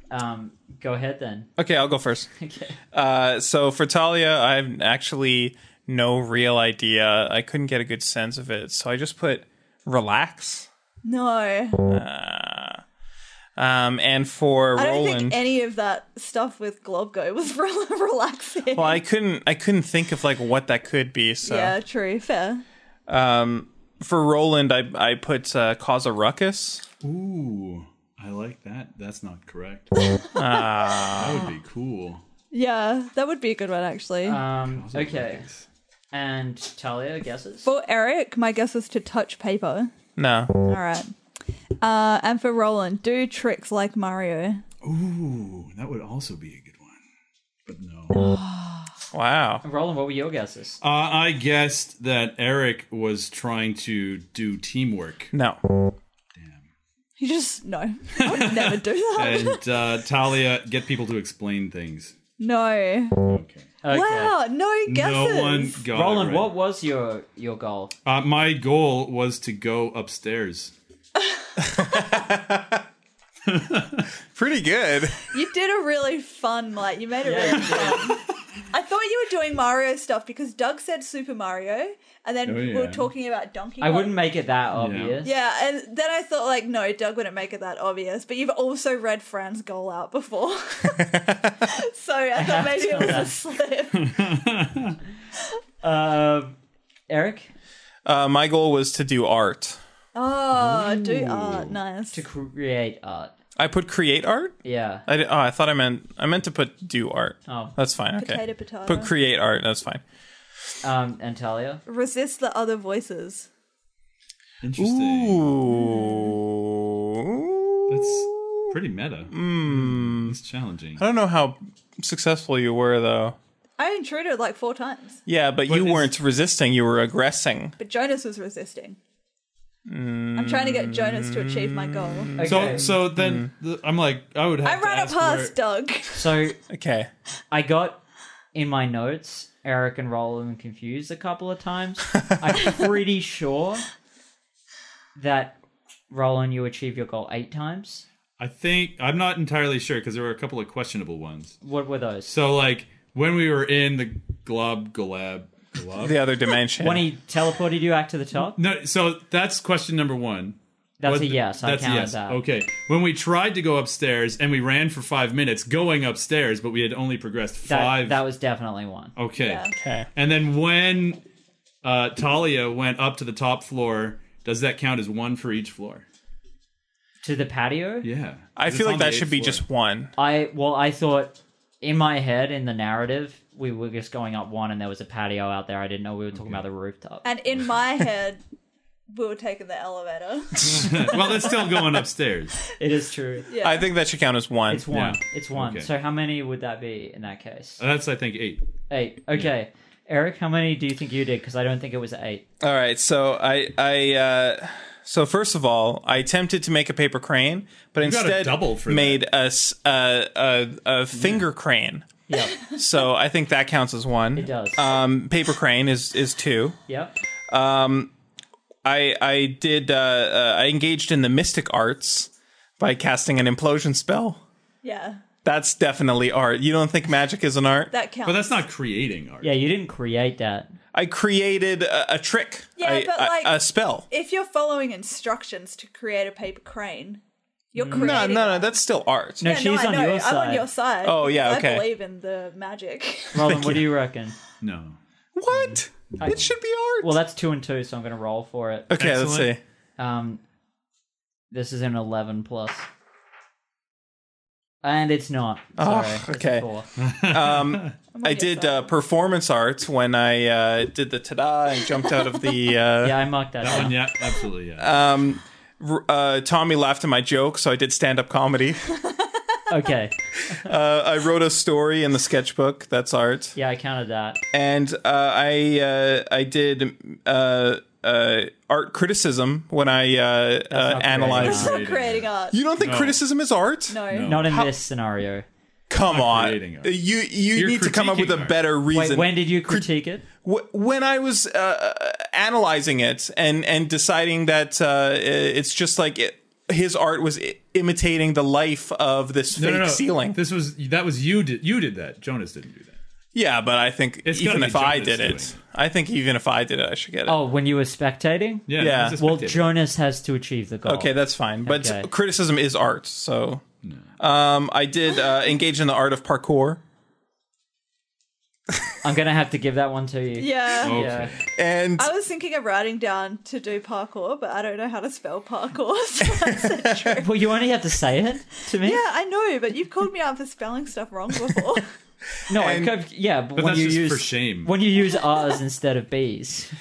Speaker 2: um, go ahead then.
Speaker 3: Okay, I'll go first.
Speaker 2: Okay.
Speaker 3: Uh, so for Talia, I've actually no real idea. I couldn't get a good sense of it, so I just put relax.
Speaker 4: No.
Speaker 3: Um, and for
Speaker 4: I don't
Speaker 3: Roland,
Speaker 4: think any of that stuff with Globgo was re- relaxing.
Speaker 3: well, I couldn't. I couldn't think of like what that could be. So
Speaker 4: Yeah, true. Fair.
Speaker 3: um, for Roland, I I put uh, cause a ruckus.
Speaker 1: Ooh, I like that. That's not correct. that would be cool.
Speaker 4: Yeah, that would be a good one, actually.
Speaker 2: Um, okay, and Talia guesses.
Speaker 4: For Eric, my guess is to touch paper.
Speaker 3: No,
Speaker 4: All right. Uh, and for Roland, do tricks like Mario.
Speaker 1: Ooh, that would also be a good one. But no.
Speaker 3: wow.
Speaker 2: Roland, what were your guesses?
Speaker 1: Uh, I guessed that Eric was trying to do teamwork.
Speaker 3: No,
Speaker 4: You just no. I would never do that.
Speaker 1: And uh, Talia, get people to explain things.
Speaker 4: No.
Speaker 1: Okay.
Speaker 2: Okay.
Speaker 4: Wow, no Uh, guesses.
Speaker 1: No one got
Speaker 2: Roland,
Speaker 1: it right.
Speaker 2: what was your your goal?
Speaker 1: Uh, my goal was to go upstairs.
Speaker 3: pretty good.
Speaker 4: You did a really fun, like you made it really fun. I thought you were doing Mario stuff because Doug said Super Mario, and then
Speaker 1: Oh,
Speaker 4: we were
Speaker 1: yeah.
Speaker 4: talking about Donkey Kong.
Speaker 2: I wouldn't make it that obvious.
Speaker 4: Yeah, and then I thought like, no, Doug wouldn't make it that obvious. But you've also read Fran's goal out before, so I
Speaker 2: have
Speaker 4: thought maybe
Speaker 2: to.
Speaker 4: it was a slip.
Speaker 2: Um, Eric,
Speaker 3: Uh, my goal was to do art.
Speaker 4: Oh, do art, nice.
Speaker 2: to create art.
Speaker 3: I put create art.
Speaker 2: Yeah.
Speaker 3: I, di- oh, I thought I meant I meant to put do art.
Speaker 2: Oh.
Speaker 3: That's fine. Okay.
Speaker 4: Potato, potato.
Speaker 3: Put create art. That's fine.
Speaker 2: Um, and Talia.
Speaker 4: Resist the other voices.
Speaker 1: Interesting.
Speaker 3: Ooh.
Speaker 1: That's pretty meta.
Speaker 2: Hmm.
Speaker 1: It's challenging.
Speaker 3: I don't know how successful you were though.
Speaker 4: I intruded like four times,
Speaker 3: Yeah, but you
Speaker 1: is-
Speaker 3: weren't resisting. You were aggressing.
Speaker 4: but Jonas was resisting. I'm trying to get Jonas to achieve my goal.
Speaker 2: Okay.
Speaker 1: So, so then
Speaker 2: Hmm.
Speaker 1: the, I'm like, I would have.
Speaker 4: I
Speaker 1: to
Speaker 4: ran it
Speaker 1: ask
Speaker 4: past
Speaker 1: where-
Speaker 4: Doug.
Speaker 2: So
Speaker 3: Okay.
Speaker 2: I got in my notes Eric and Roland confused a couple of times. I'm pretty sure that Roland, you achieve your goal eight times.
Speaker 1: I think I'm not entirely sure because there were a couple of questionable ones.
Speaker 2: What were those?
Speaker 1: So like when we were in the glob galab glob.
Speaker 3: The other dimension.
Speaker 2: When he teleported you back to the top?
Speaker 1: No, so that's question number one.
Speaker 2: That's
Speaker 1: Was the-
Speaker 2: a yes. I
Speaker 1: that's a
Speaker 2: counted
Speaker 1: yes.
Speaker 2: that.
Speaker 1: Okay. When we tried to go upstairs and we ran for five minutes going upstairs, but we had only progressed
Speaker 2: That,
Speaker 1: five.
Speaker 2: that was definitely one.
Speaker 1: okay.
Speaker 4: Yeah.
Speaker 3: okay.
Speaker 1: And then when uh, Talia went up to the top floor, does that count as one for each floor?
Speaker 2: To the patio?
Speaker 1: Yeah.
Speaker 3: I
Speaker 1: It's
Speaker 3: feel
Speaker 1: on
Speaker 3: like
Speaker 1: the
Speaker 3: that should
Speaker 1: eighth
Speaker 3: be
Speaker 1: floor.
Speaker 3: just one.
Speaker 2: I well, I thought in my head in the narrative we were just going up one, and there was a patio out there. I didn't know we were talking about the rooftop.
Speaker 4: And in my head, we were taking the elevator.
Speaker 1: well, that's still going upstairs.
Speaker 2: It is true.
Speaker 4: Yeah.
Speaker 3: I think that should count as one.
Speaker 2: It's one.
Speaker 1: Yeah.
Speaker 2: It's one.
Speaker 1: Okay.
Speaker 2: So how many would that be in that case?
Speaker 1: That's I think eight.
Speaker 2: eight. Okay, Eric, how many do you think you did? Because I don't think it was eight.
Speaker 3: All right, so I I uh, so first of all, I attempted to make a paper crane,
Speaker 1: got
Speaker 3: but
Speaker 1: a
Speaker 3: instead
Speaker 1: double for
Speaker 3: made us a, a a finger crane.
Speaker 2: Yep.
Speaker 3: So I think that counts as one. It
Speaker 2: does.
Speaker 3: Um, paper crane is is two.
Speaker 2: yep.
Speaker 3: I I did uh, uh, I engaged in the mystic arts by casting an implosion spell.
Speaker 4: yeah.
Speaker 3: That's definitely art. You don't think magic is an art?
Speaker 4: That counts.
Speaker 1: But that's not creating art.
Speaker 2: Yeah, you didn't create that.
Speaker 3: I created a, a trick.
Speaker 4: Yeah,
Speaker 3: I-
Speaker 4: but,
Speaker 3: I-
Speaker 4: like-
Speaker 3: a spell.
Speaker 4: if you're following instructions to create a paper crane, you're creating.
Speaker 3: No, no, no. That's still art.
Speaker 2: No,
Speaker 4: Yeah,
Speaker 2: she's on
Speaker 4: no, I know.
Speaker 2: your
Speaker 4: I'm
Speaker 2: side.
Speaker 4: on your side.
Speaker 3: Oh, yeah,
Speaker 4: because
Speaker 3: okay.
Speaker 4: I believe in the magic.
Speaker 2: Roland, what do you reckon?
Speaker 1: No.
Speaker 3: What? It should be art.
Speaker 2: Well, that's two and two, so I'm going to roll for it.
Speaker 3: okay,
Speaker 1: Excellent.
Speaker 3: let's see.
Speaker 2: Um, this is an eleven plus, and it's not.
Speaker 3: Oh,
Speaker 2: Sorry, it's a
Speaker 3: okay.
Speaker 2: four.
Speaker 3: Um, I did uh, performance arts when I uh, did the ta-da and jumped out of the. Uh,
Speaker 2: Yeah, I marked that.
Speaker 1: That
Speaker 2: down.
Speaker 1: one, yeah, absolutely, yeah.
Speaker 3: um, r- uh, Tommy laughed at my joke, so I did stand-up comedy.
Speaker 2: Okay.
Speaker 3: Uh, I wrote a story in the sketchbook. That's art.
Speaker 2: Yeah, I counted that.
Speaker 3: And uh, I uh, I did uh, uh, art criticism when I uh, uh,
Speaker 2: not
Speaker 4: It's
Speaker 3: analyzed.
Speaker 1: creative.
Speaker 4: not creating art.
Speaker 3: You don't think
Speaker 1: No.
Speaker 3: criticism is art?
Speaker 4: no.
Speaker 1: No.
Speaker 2: Not in this scenario.
Speaker 3: Come on,
Speaker 1: creating art.
Speaker 3: you you
Speaker 1: You're
Speaker 3: need to come up with a
Speaker 1: critiquing art.
Speaker 3: better
Speaker 2: Wait,
Speaker 3: reason.
Speaker 2: when did you critique it?
Speaker 3: Wh- when I was uh, uh, analyzing it and and deciding that uh, it's just like it, his art was I- imitating the life of this
Speaker 1: no,
Speaker 3: fake
Speaker 1: no, no.
Speaker 3: ceiling.
Speaker 1: This was that was you did you did that. Jonas didn't do that.
Speaker 3: yeah, but I think
Speaker 1: It's gotta
Speaker 3: even
Speaker 1: be
Speaker 3: if I
Speaker 1: Jonas
Speaker 3: did
Speaker 1: doing
Speaker 3: it,
Speaker 1: it.
Speaker 3: I think even if I did it, I should get it.
Speaker 2: Oh, when you were spectating?
Speaker 1: Yeah.
Speaker 3: Yeah.
Speaker 1: it was a
Speaker 2: Well,
Speaker 1: spectator.
Speaker 2: Jonas has to achieve the goal.
Speaker 3: Okay, that's fine. But
Speaker 2: Okay.
Speaker 3: criticism is art, so um, I did uh, engage in the art of parkour.
Speaker 2: I'm going to have to give that one to you.
Speaker 4: Yeah.
Speaker 1: Okay.
Speaker 2: Yeah.
Speaker 3: And
Speaker 4: I was thinking of writing down to do parkour, but I don't know how to spell parkour. So I said,
Speaker 2: Well, you only have to say it to me?
Speaker 4: yeah, I know, but you've called me out for spelling stuff wrong before.
Speaker 2: No, I
Speaker 3: And-
Speaker 2: could, yeah, but, when
Speaker 1: that's
Speaker 2: you
Speaker 1: just
Speaker 2: use
Speaker 1: for shame.
Speaker 2: when you use R's instead of B's,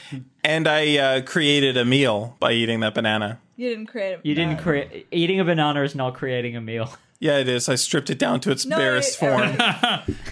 Speaker 3: and I uh, created a meal by eating that banana.
Speaker 4: you didn't create it.
Speaker 2: you didn't create eating a banana is not creating a meal.
Speaker 3: Yeah, it is. I stripped it down to its
Speaker 4: No,
Speaker 3: barest
Speaker 4: Eric.
Speaker 3: form.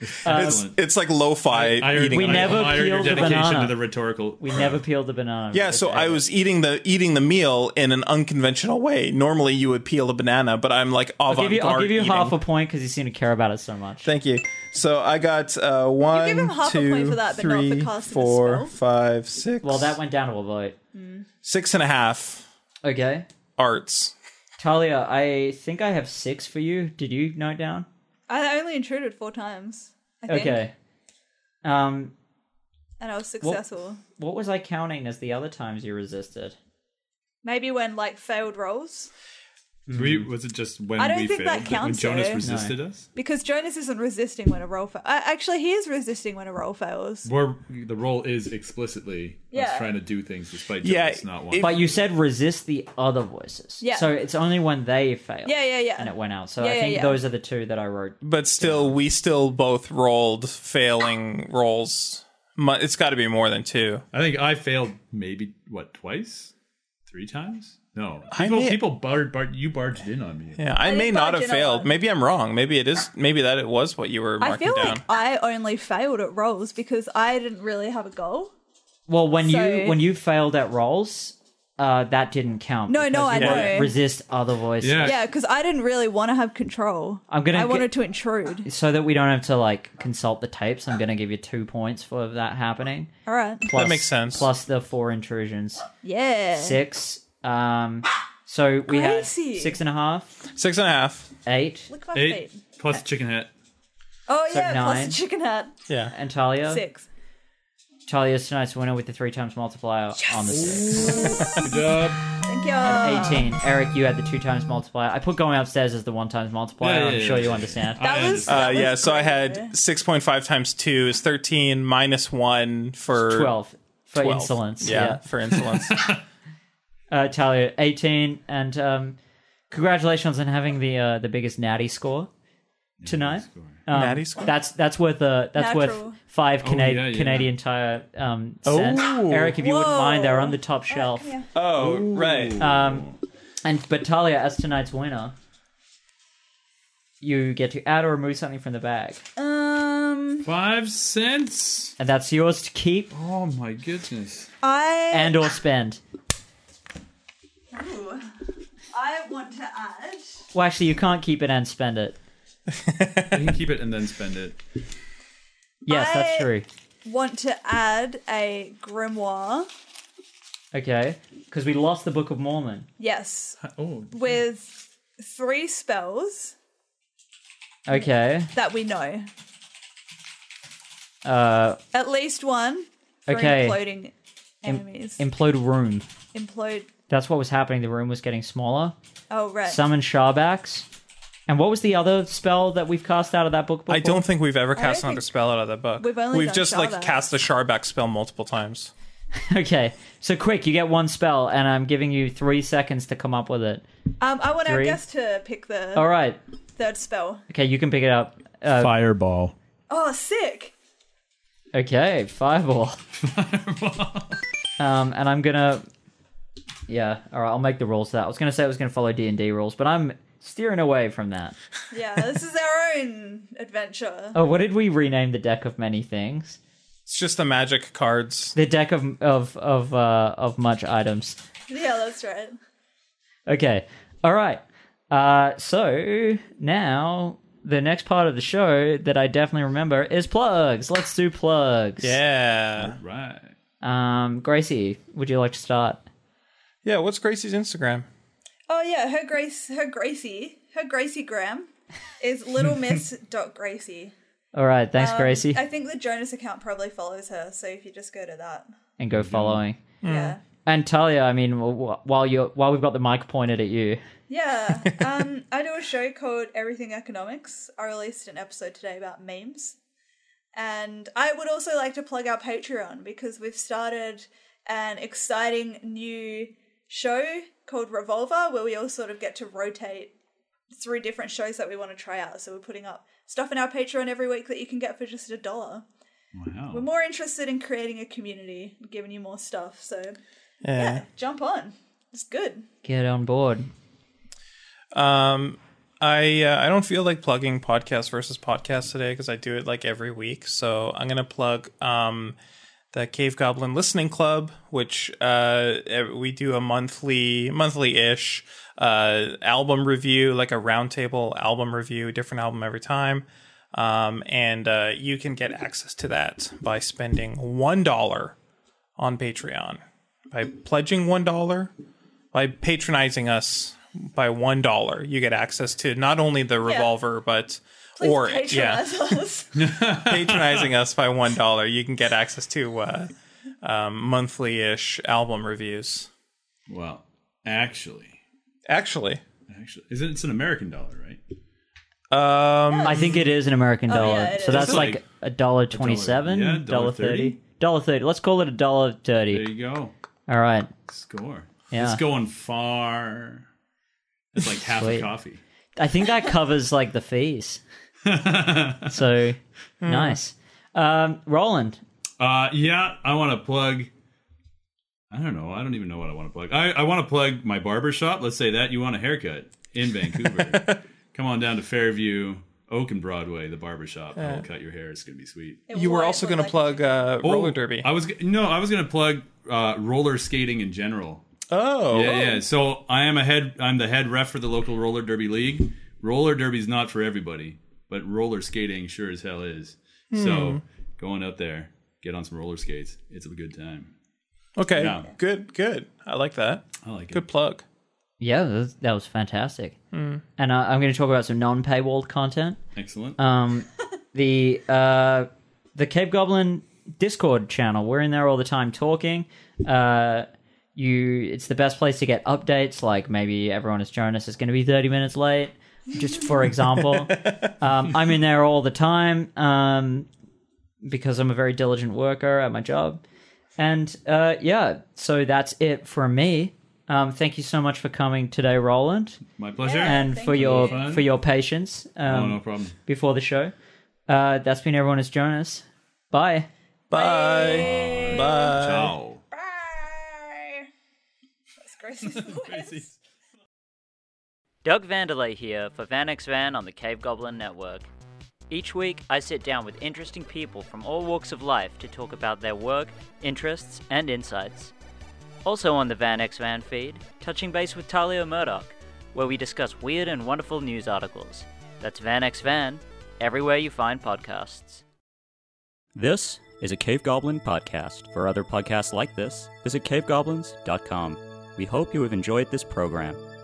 Speaker 3: It's,
Speaker 1: Excellent.
Speaker 3: it's like lo-fi
Speaker 1: I,
Speaker 3: eating.
Speaker 1: we
Speaker 3: a
Speaker 2: never
Speaker 1: admire your
Speaker 2: peeled the
Speaker 1: dedication
Speaker 2: banana.
Speaker 1: to the rhetorical.
Speaker 2: We never peeled the banana.
Speaker 3: Yeah, so I was eating the eating the meal in an unconventional way. Normally, you would peel a banana, but I'm like
Speaker 2: I'll give you,
Speaker 3: avant-garde.
Speaker 2: I'll give you
Speaker 3: eating.
Speaker 2: half a point because you seem to care about it so much.
Speaker 3: Thank you. So I got uh, one,
Speaker 4: You give him half a
Speaker 3: two,
Speaker 4: point for that, but not for
Speaker 3: three,
Speaker 4: casting a
Speaker 3: four,
Speaker 4: spell.
Speaker 3: five, six.
Speaker 2: well, that went down a little bit.
Speaker 3: six and a half
Speaker 2: Okay,
Speaker 3: arts.
Speaker 2: Talia, I think I have six for you. Did you note down?
Speaker 4: I only intruded four times. I think,
Speaker 2: Okay. Um,
Speaker 4: And I was successful.
Speaker 2: what was I counting as the other times you resisted?
Speaker 4: Maybe when like failed rolls,
Speaker 1: We, was it just when
Speaker 4: I don't
Speaker 1: we
Speaker 4: think
Speaker 1: failed?
Speaker 4: that counts, eh?
Speaker 1: when Jonas
Speaker 4: though.
Speaker 1: resisted us?
Speaker 4: because Jonas isn't resisting when a roll fails. Actually, he is resisting when a roll fails.
Speaker 1: Where the role is explicitly us
Speaker 4: Yeah.
Speaker 1: trying to do things despite Jonas
Speaker 3: Yeah,
Speaker 1: not
Speaker 3: it-
Speaker 1: wanting.
Speaker 2: But you said resist the other voices.
Speaker 4: Yeah.
Speaker 2: So it's only when they fail.
Speaker 4: Yeah, yeah, yeah.
Speaker 2: And it went out. So
Speaker 4: Yeah,
Speaker 2: I
Speaker 4: yeah,
Speaker 2: think
Speaker 4: yeah.
Speaker 2: those are the two that I wrote.
Speaker 3: But still, we still both rolled failing rolls. Mu- It's got to be more than two.
Speaker 1: I think I failed maybe what twice, three times. No,
Speaker 3: I
Speaker 1: people,
Speaker 3: may-
Speaker 1: people barred, barred. You barged in on me.
Speaker 3: Yeah, I,
Speaker 4: I
Speaker 3: may
Speaker 4: think
Speaker 3: not
Speaker 4: I
Speaker 3: have
Speaker 4: did a
Speaker 3: failed.
Speaker 4: lot.
Speaker 3: Maybe I'm wrong. Maybe it is. Maybe that it was what you were
Speaker 4: I
Speaker 3: marking
Speaker 4: feel
Speaker 3: down.
Speaker 4: like I only failed at rolls because I didn't really have a goal.
Speaker 2: Well, when
Speaker 4: So-
Speaker 2: you when you failed at rolls, uh, that didn't count.
Speaker 4: No, no,
Speaker 2: because
Speaker 4: I
Speaker 2: you won't
Speaker 4: know.
Speaker 2: Resist other voices.
Speaker 1: Yeah.
Speaker 4: Yeah, because I didn't really want to have control.
Speaker 2: I'm gonna
Speaker 4: I
Speaker 2: get-
Speaker 4: wanted to intrude.
Speaker 2: So that we don't have to like consult the tapes, I'm going to give you two points for that happening.
Speaker 4: All right.
Speaker 2: Plus,
Speaker 3: makes sense.
Speaker 2: Plus the four intrusions,
Speaker 4: Yeah.
Speaker 2: six. Um, so we had
Speaker 4: Crazy.
Speaker 2: six and a half,
Speaker 3: Six and a half.
Speaker 2: eight.
Speaker 4: Look at my
Speaker 1: Eight
Speaker 4: feet.
Speaker 1: plus chicken hat.
Speaker 4: Oh
Speaker 2: So
Speaker 4: yeah, plus
Speaker 2: nine.
Speaker 4: the chicken hat.
Speaker 3: Yeah.
Speaker 2: And Talia,
Speaker 4: Six.
Speaker 2: Talia's tonight's winner with the three times multiplier on the six.
Speaker 1: Good job.
Speaker 4: Thank you.
Speaker 2: 18. Eric, you had the two times multiplier. I put going upstairs as the one times multiplier.
Speaker 1: Yeah, yeah,
Speaker 2: I'm
Speaker 1: yeah,
Speaker 2: sure
Speaker 1: yeah,
Speaker 2: you
Speaker 1: yeah.
Speaker 2: understand.
Speaker 1: I
Speaker 4: That was.
Speaker 1: understand.
Speaker 3: Uh,
Speaker 4: that was
Speaker 3: yeah, so I
Speaker 4: great.
Speaker 3: had 6.5 times 2 is 13 minus 1 for
Speaker 2: 12 for
Speaker 3: 12.
Speaker 2: insolence.
Speaker 3: Yeah,
Speaker 2: yeah.
Speaker 3: for insolence.
Speaker 2: uh, Talia, 18, and um, congratulations on having the uh, the biggest natty score tonight.
Speaker 1: score.
Speaker 2: Um,
Speaker 3: Natty score?
Speaker 2: That's that's worth a that's
Speaker 4: Natural.
Speaker 2: worth five Cana-
Speaker 1: Oh, yeah, yeah.
Speaker 2: Canadian Tire um, cents.
Speaker 3: Oh.
Speaker 2: Eric, if you wouldn't
Speaker 4: Whoa.
Speaker 2: mind, they're on the top shelf.
Speaker 4: Come here.
Speaker 3: oh, right.
Speaker 1: Uh,
Speaker 2: um, and but Talia, as tonight's winner, you get to add or remove something from the bag,
Speaker 4: Um,
Speaker 1: Five cents.
Speaker 2: and that's yours to keep
Speaker 1: Oh my goodness.
Speaker 4: I
Speaker 2: and or spend.
Speaker 4: Ooh. I want to add.
Speaker 2: Well, actually, you can't keep it and spend it.
Speaker 1: You can keep it and then spend it.
Speaker 2: Yes, that's
Speaker 4: I-
Speaker 2: true.
Speaker 4: Want to add a grimoire?
Speaker 2: Okay, because we lost the Book of Mormon.
Speaker 4: Yes,
Speaker 1: Oh,
Speaker 4: with three spells
Speaker 2: Okay.
Speaker 4: that we know.
Speaker 2: Uh,
Speaker 4: At least one for
Speaker 2: Okay.
Speaker 4: imploding enemies.
Speaker 2: implode room.
Speaker 4: Implode.
Speaker 2: That's what was happening. The room was getting smaller.
Speaker 4: Oh right.
Speaker 2: Summon Sharbacks. And what was the other spell that we've cast out of that book? Before?
Speaker 3: I don't think we've ever
Speaker 4: don't
Speaker 3: cast another
Speaker 4: think-
Speaker 3: spell out of that book.
Speaker 4: We've only done
Speaker 3: just like
Speaker 4: Sharback.
Speaker 3: cast the Sharback spell multiple times.
Speaker 2: Okay, so quick, you get one spell, and I'm giving you three seconds to come up with it.
Speaker 4: um, I want our
Speaker 2: Three.
Speaker 4: guest to pick the
Speaker 2: All right.
Speaker 4: third spell.
Speaker 2: Okay, you can pick it up. Uh,
Speaker 5: Fireball.
Speaker 4: Oh, sick!
Speaker 2: okay, fireball. um, and I'm gonna. Yeah. All right. I'll make the rules for that. I was gonna say I was gonna follow D and D rules, but I'm steering away from that.
Speaker 4: Yeah, this is our own adventure.
Speaker 2: Oh, what did we rename the deck of many things?
Speaker 3: It's just the magic cards.
Speaker 2: The deck of of of uh, of much items.
Speaker 4: Yeah, that's right.
Speaker 2: Okay. All right. Uh, so now the next part of the show that I definitely remember is plugs. Let's do plugs.
Speaker 3: Yeah.
Speaker 1: right.
Speaker 2: Um, Gracie, would you like to start?
Speaker 3: Yeah, what's Gracie's Instagram?
Speaker 4: Oh yeah, her Grace, her Gracie, her Gracie Graham is Little Miss dot Gracie.
Speaker 2: All right. Thanks,
Speaker 4: Um,
Speaker 2: Gracie.
Speaker 4: I think the Jonas account probably follows her, so if you just go to that,
Speaker 2: and go following.
Speaker 4: yeah,
Speaker 2: And Talia, I mean, wh- wh- while you are while we've got the mic pointed at you,
Speaker 4: yeah. Um, I do a show called Everything Economics. I released an episode today about memes, and I would also like to plug our Patreon because we've started an exciting new show called Revolver, where we all sort of get to rotate through different shows that we want to try out. So we're putting up stuff in our Patreon every week that you can get for just a dollar. We're
Speaker 1: Wow.
Speaker 4: more interested in creating a community, and giving you more stuff. So
Speaker 3: Yeah.
Speaker 4: jump on. It's good.
Speaker 2: get on board.
Speaker 3: Um, I uh, I don't feel like plugging podcast versus podcast today because I do it like every week. So I'm gonna plug um the Cave Goblin Listening Club, which uh ev- we do a monthly monthly ish uh album review, like a roundtable album review, different album every time. Um, and uh, you can get access to that by spending one dollar on Patreon by pledging one dollar by patronizing us by one dollar you get access to not only the revolver but
Speaker 4: Please
Speaker 3: or yeah
Speaker 4: patronize us.
Speaker 3: patronizing us by one dollar you can get access to uh um, monthly-ish album reviews
Speaker 1: Well, actually,
Speaker 3: actually
Speaker 1: actually, is it? It's an American dollar, right?
Speaker 3: um
Speaker 2: I think it is an American dollar,
Speaker 4: Oh, yeah, it
Speaker 2: so
Speaker 4: is.
Speaker 2: that's
Speaker 1: It's
Speaker 2: like,
Speaker 1: like
Speaker 2: a dollar twenty-seven,
Speaker 1: yeah,
Speaker 2: dollar
Speaker 1: dollar
Speaker 2: thirty,
Speaker 1: thirty.
Speaker 2: dollar thirty. Let's call it a dollar thirty.
Speaker 1: There you go.
Speaker 2: All right.
Speaker 1: Score.
Speaker 2: Yeah.
Speaker 1: It's going far. It's like half
Speaker 2: Sweet.
Speaker 1: a coffee.
Speaker 2: I think that covers like the fees. so nice. Um, Roland.
Speaker 1: Uh, yeah, I want to plug. I don't know. I don't even know what I want to plug. I, I want to plug my barber shop. Let's say that you want a haircut in Vancouver. Come on down to Fairview, Oak and Broadway, the barber shop. I'll cut your hair. It's gonna be sweet.
Speaker 3: you were also
Speaker 1: Oh,
Speaker 3: going to plug uh, roller derby
Speaker 1: I was g- no, I was gonna plug uh, roller skating in general.
Speaker 3: Oh,
Speaker 1: Yeah, yeah. So I am a head. I'm the head ref for the local roller derby league. Roller derby's not for everybody, but roller skating sure as hell is. So going up there, get on some roller skates. It's a good time.
Speaker 3: Okay,
Speaker 1: Yeah.
Speaker 3: good, good. I like that.
Speaker 1: I like it.
Speaker 3: Good plug.
Speaker 2: Yeah, that was, that was fantastic. And uh, I'm going to talk about some non-paywalled content.
Speaker 1: Excellent.
Speaker 2: Um, the uh, the Cape Goblin Discord channel. We're in there all the time talking. Uh, you, it's the best place to get updates. Like maybe everyone has joined us is going to be 30 minutes late. Just for example, um, I'm in there all the time um, because I'm a very diligent worker at my job. And uh, yeah, so that's it for me. Um, thank you so much for coming today, Roland,
Speaker 1: My pleasure.
Speaker 2: and
Speaker 4: Thank
Speaker 2: for your
Speaker 1: Fun.
Speaker 2: for your patience. Um,
Speaker 1: oh, no problem.
Speaker 2: before the show. Uh, that's been everyone is Jonas. Bye.
Speaker 3: Bye.
Speaker 1: uh,
Speaker 3: Bye.
Speaker 1: Ciao.
Speaker 4: Bye. That's Gracie's voice.
Speaker 2: Doug Vanderlei here for Vanex Van on the Cave Goblin Network. Each week, I sit down with interesting people from all walks of life to talk about their work, interests, and insights. Also on the Vanex Van feed, touching base with Talia Murdoch, where we discuss weird and wonderful news articles. That's Vanex Van, everywhere you find podcasts.
Speaker 5: This is a Cave Goblin podcast. For other podcasts like this, visit cavegoblins.com. We hope you have enjoyed this program.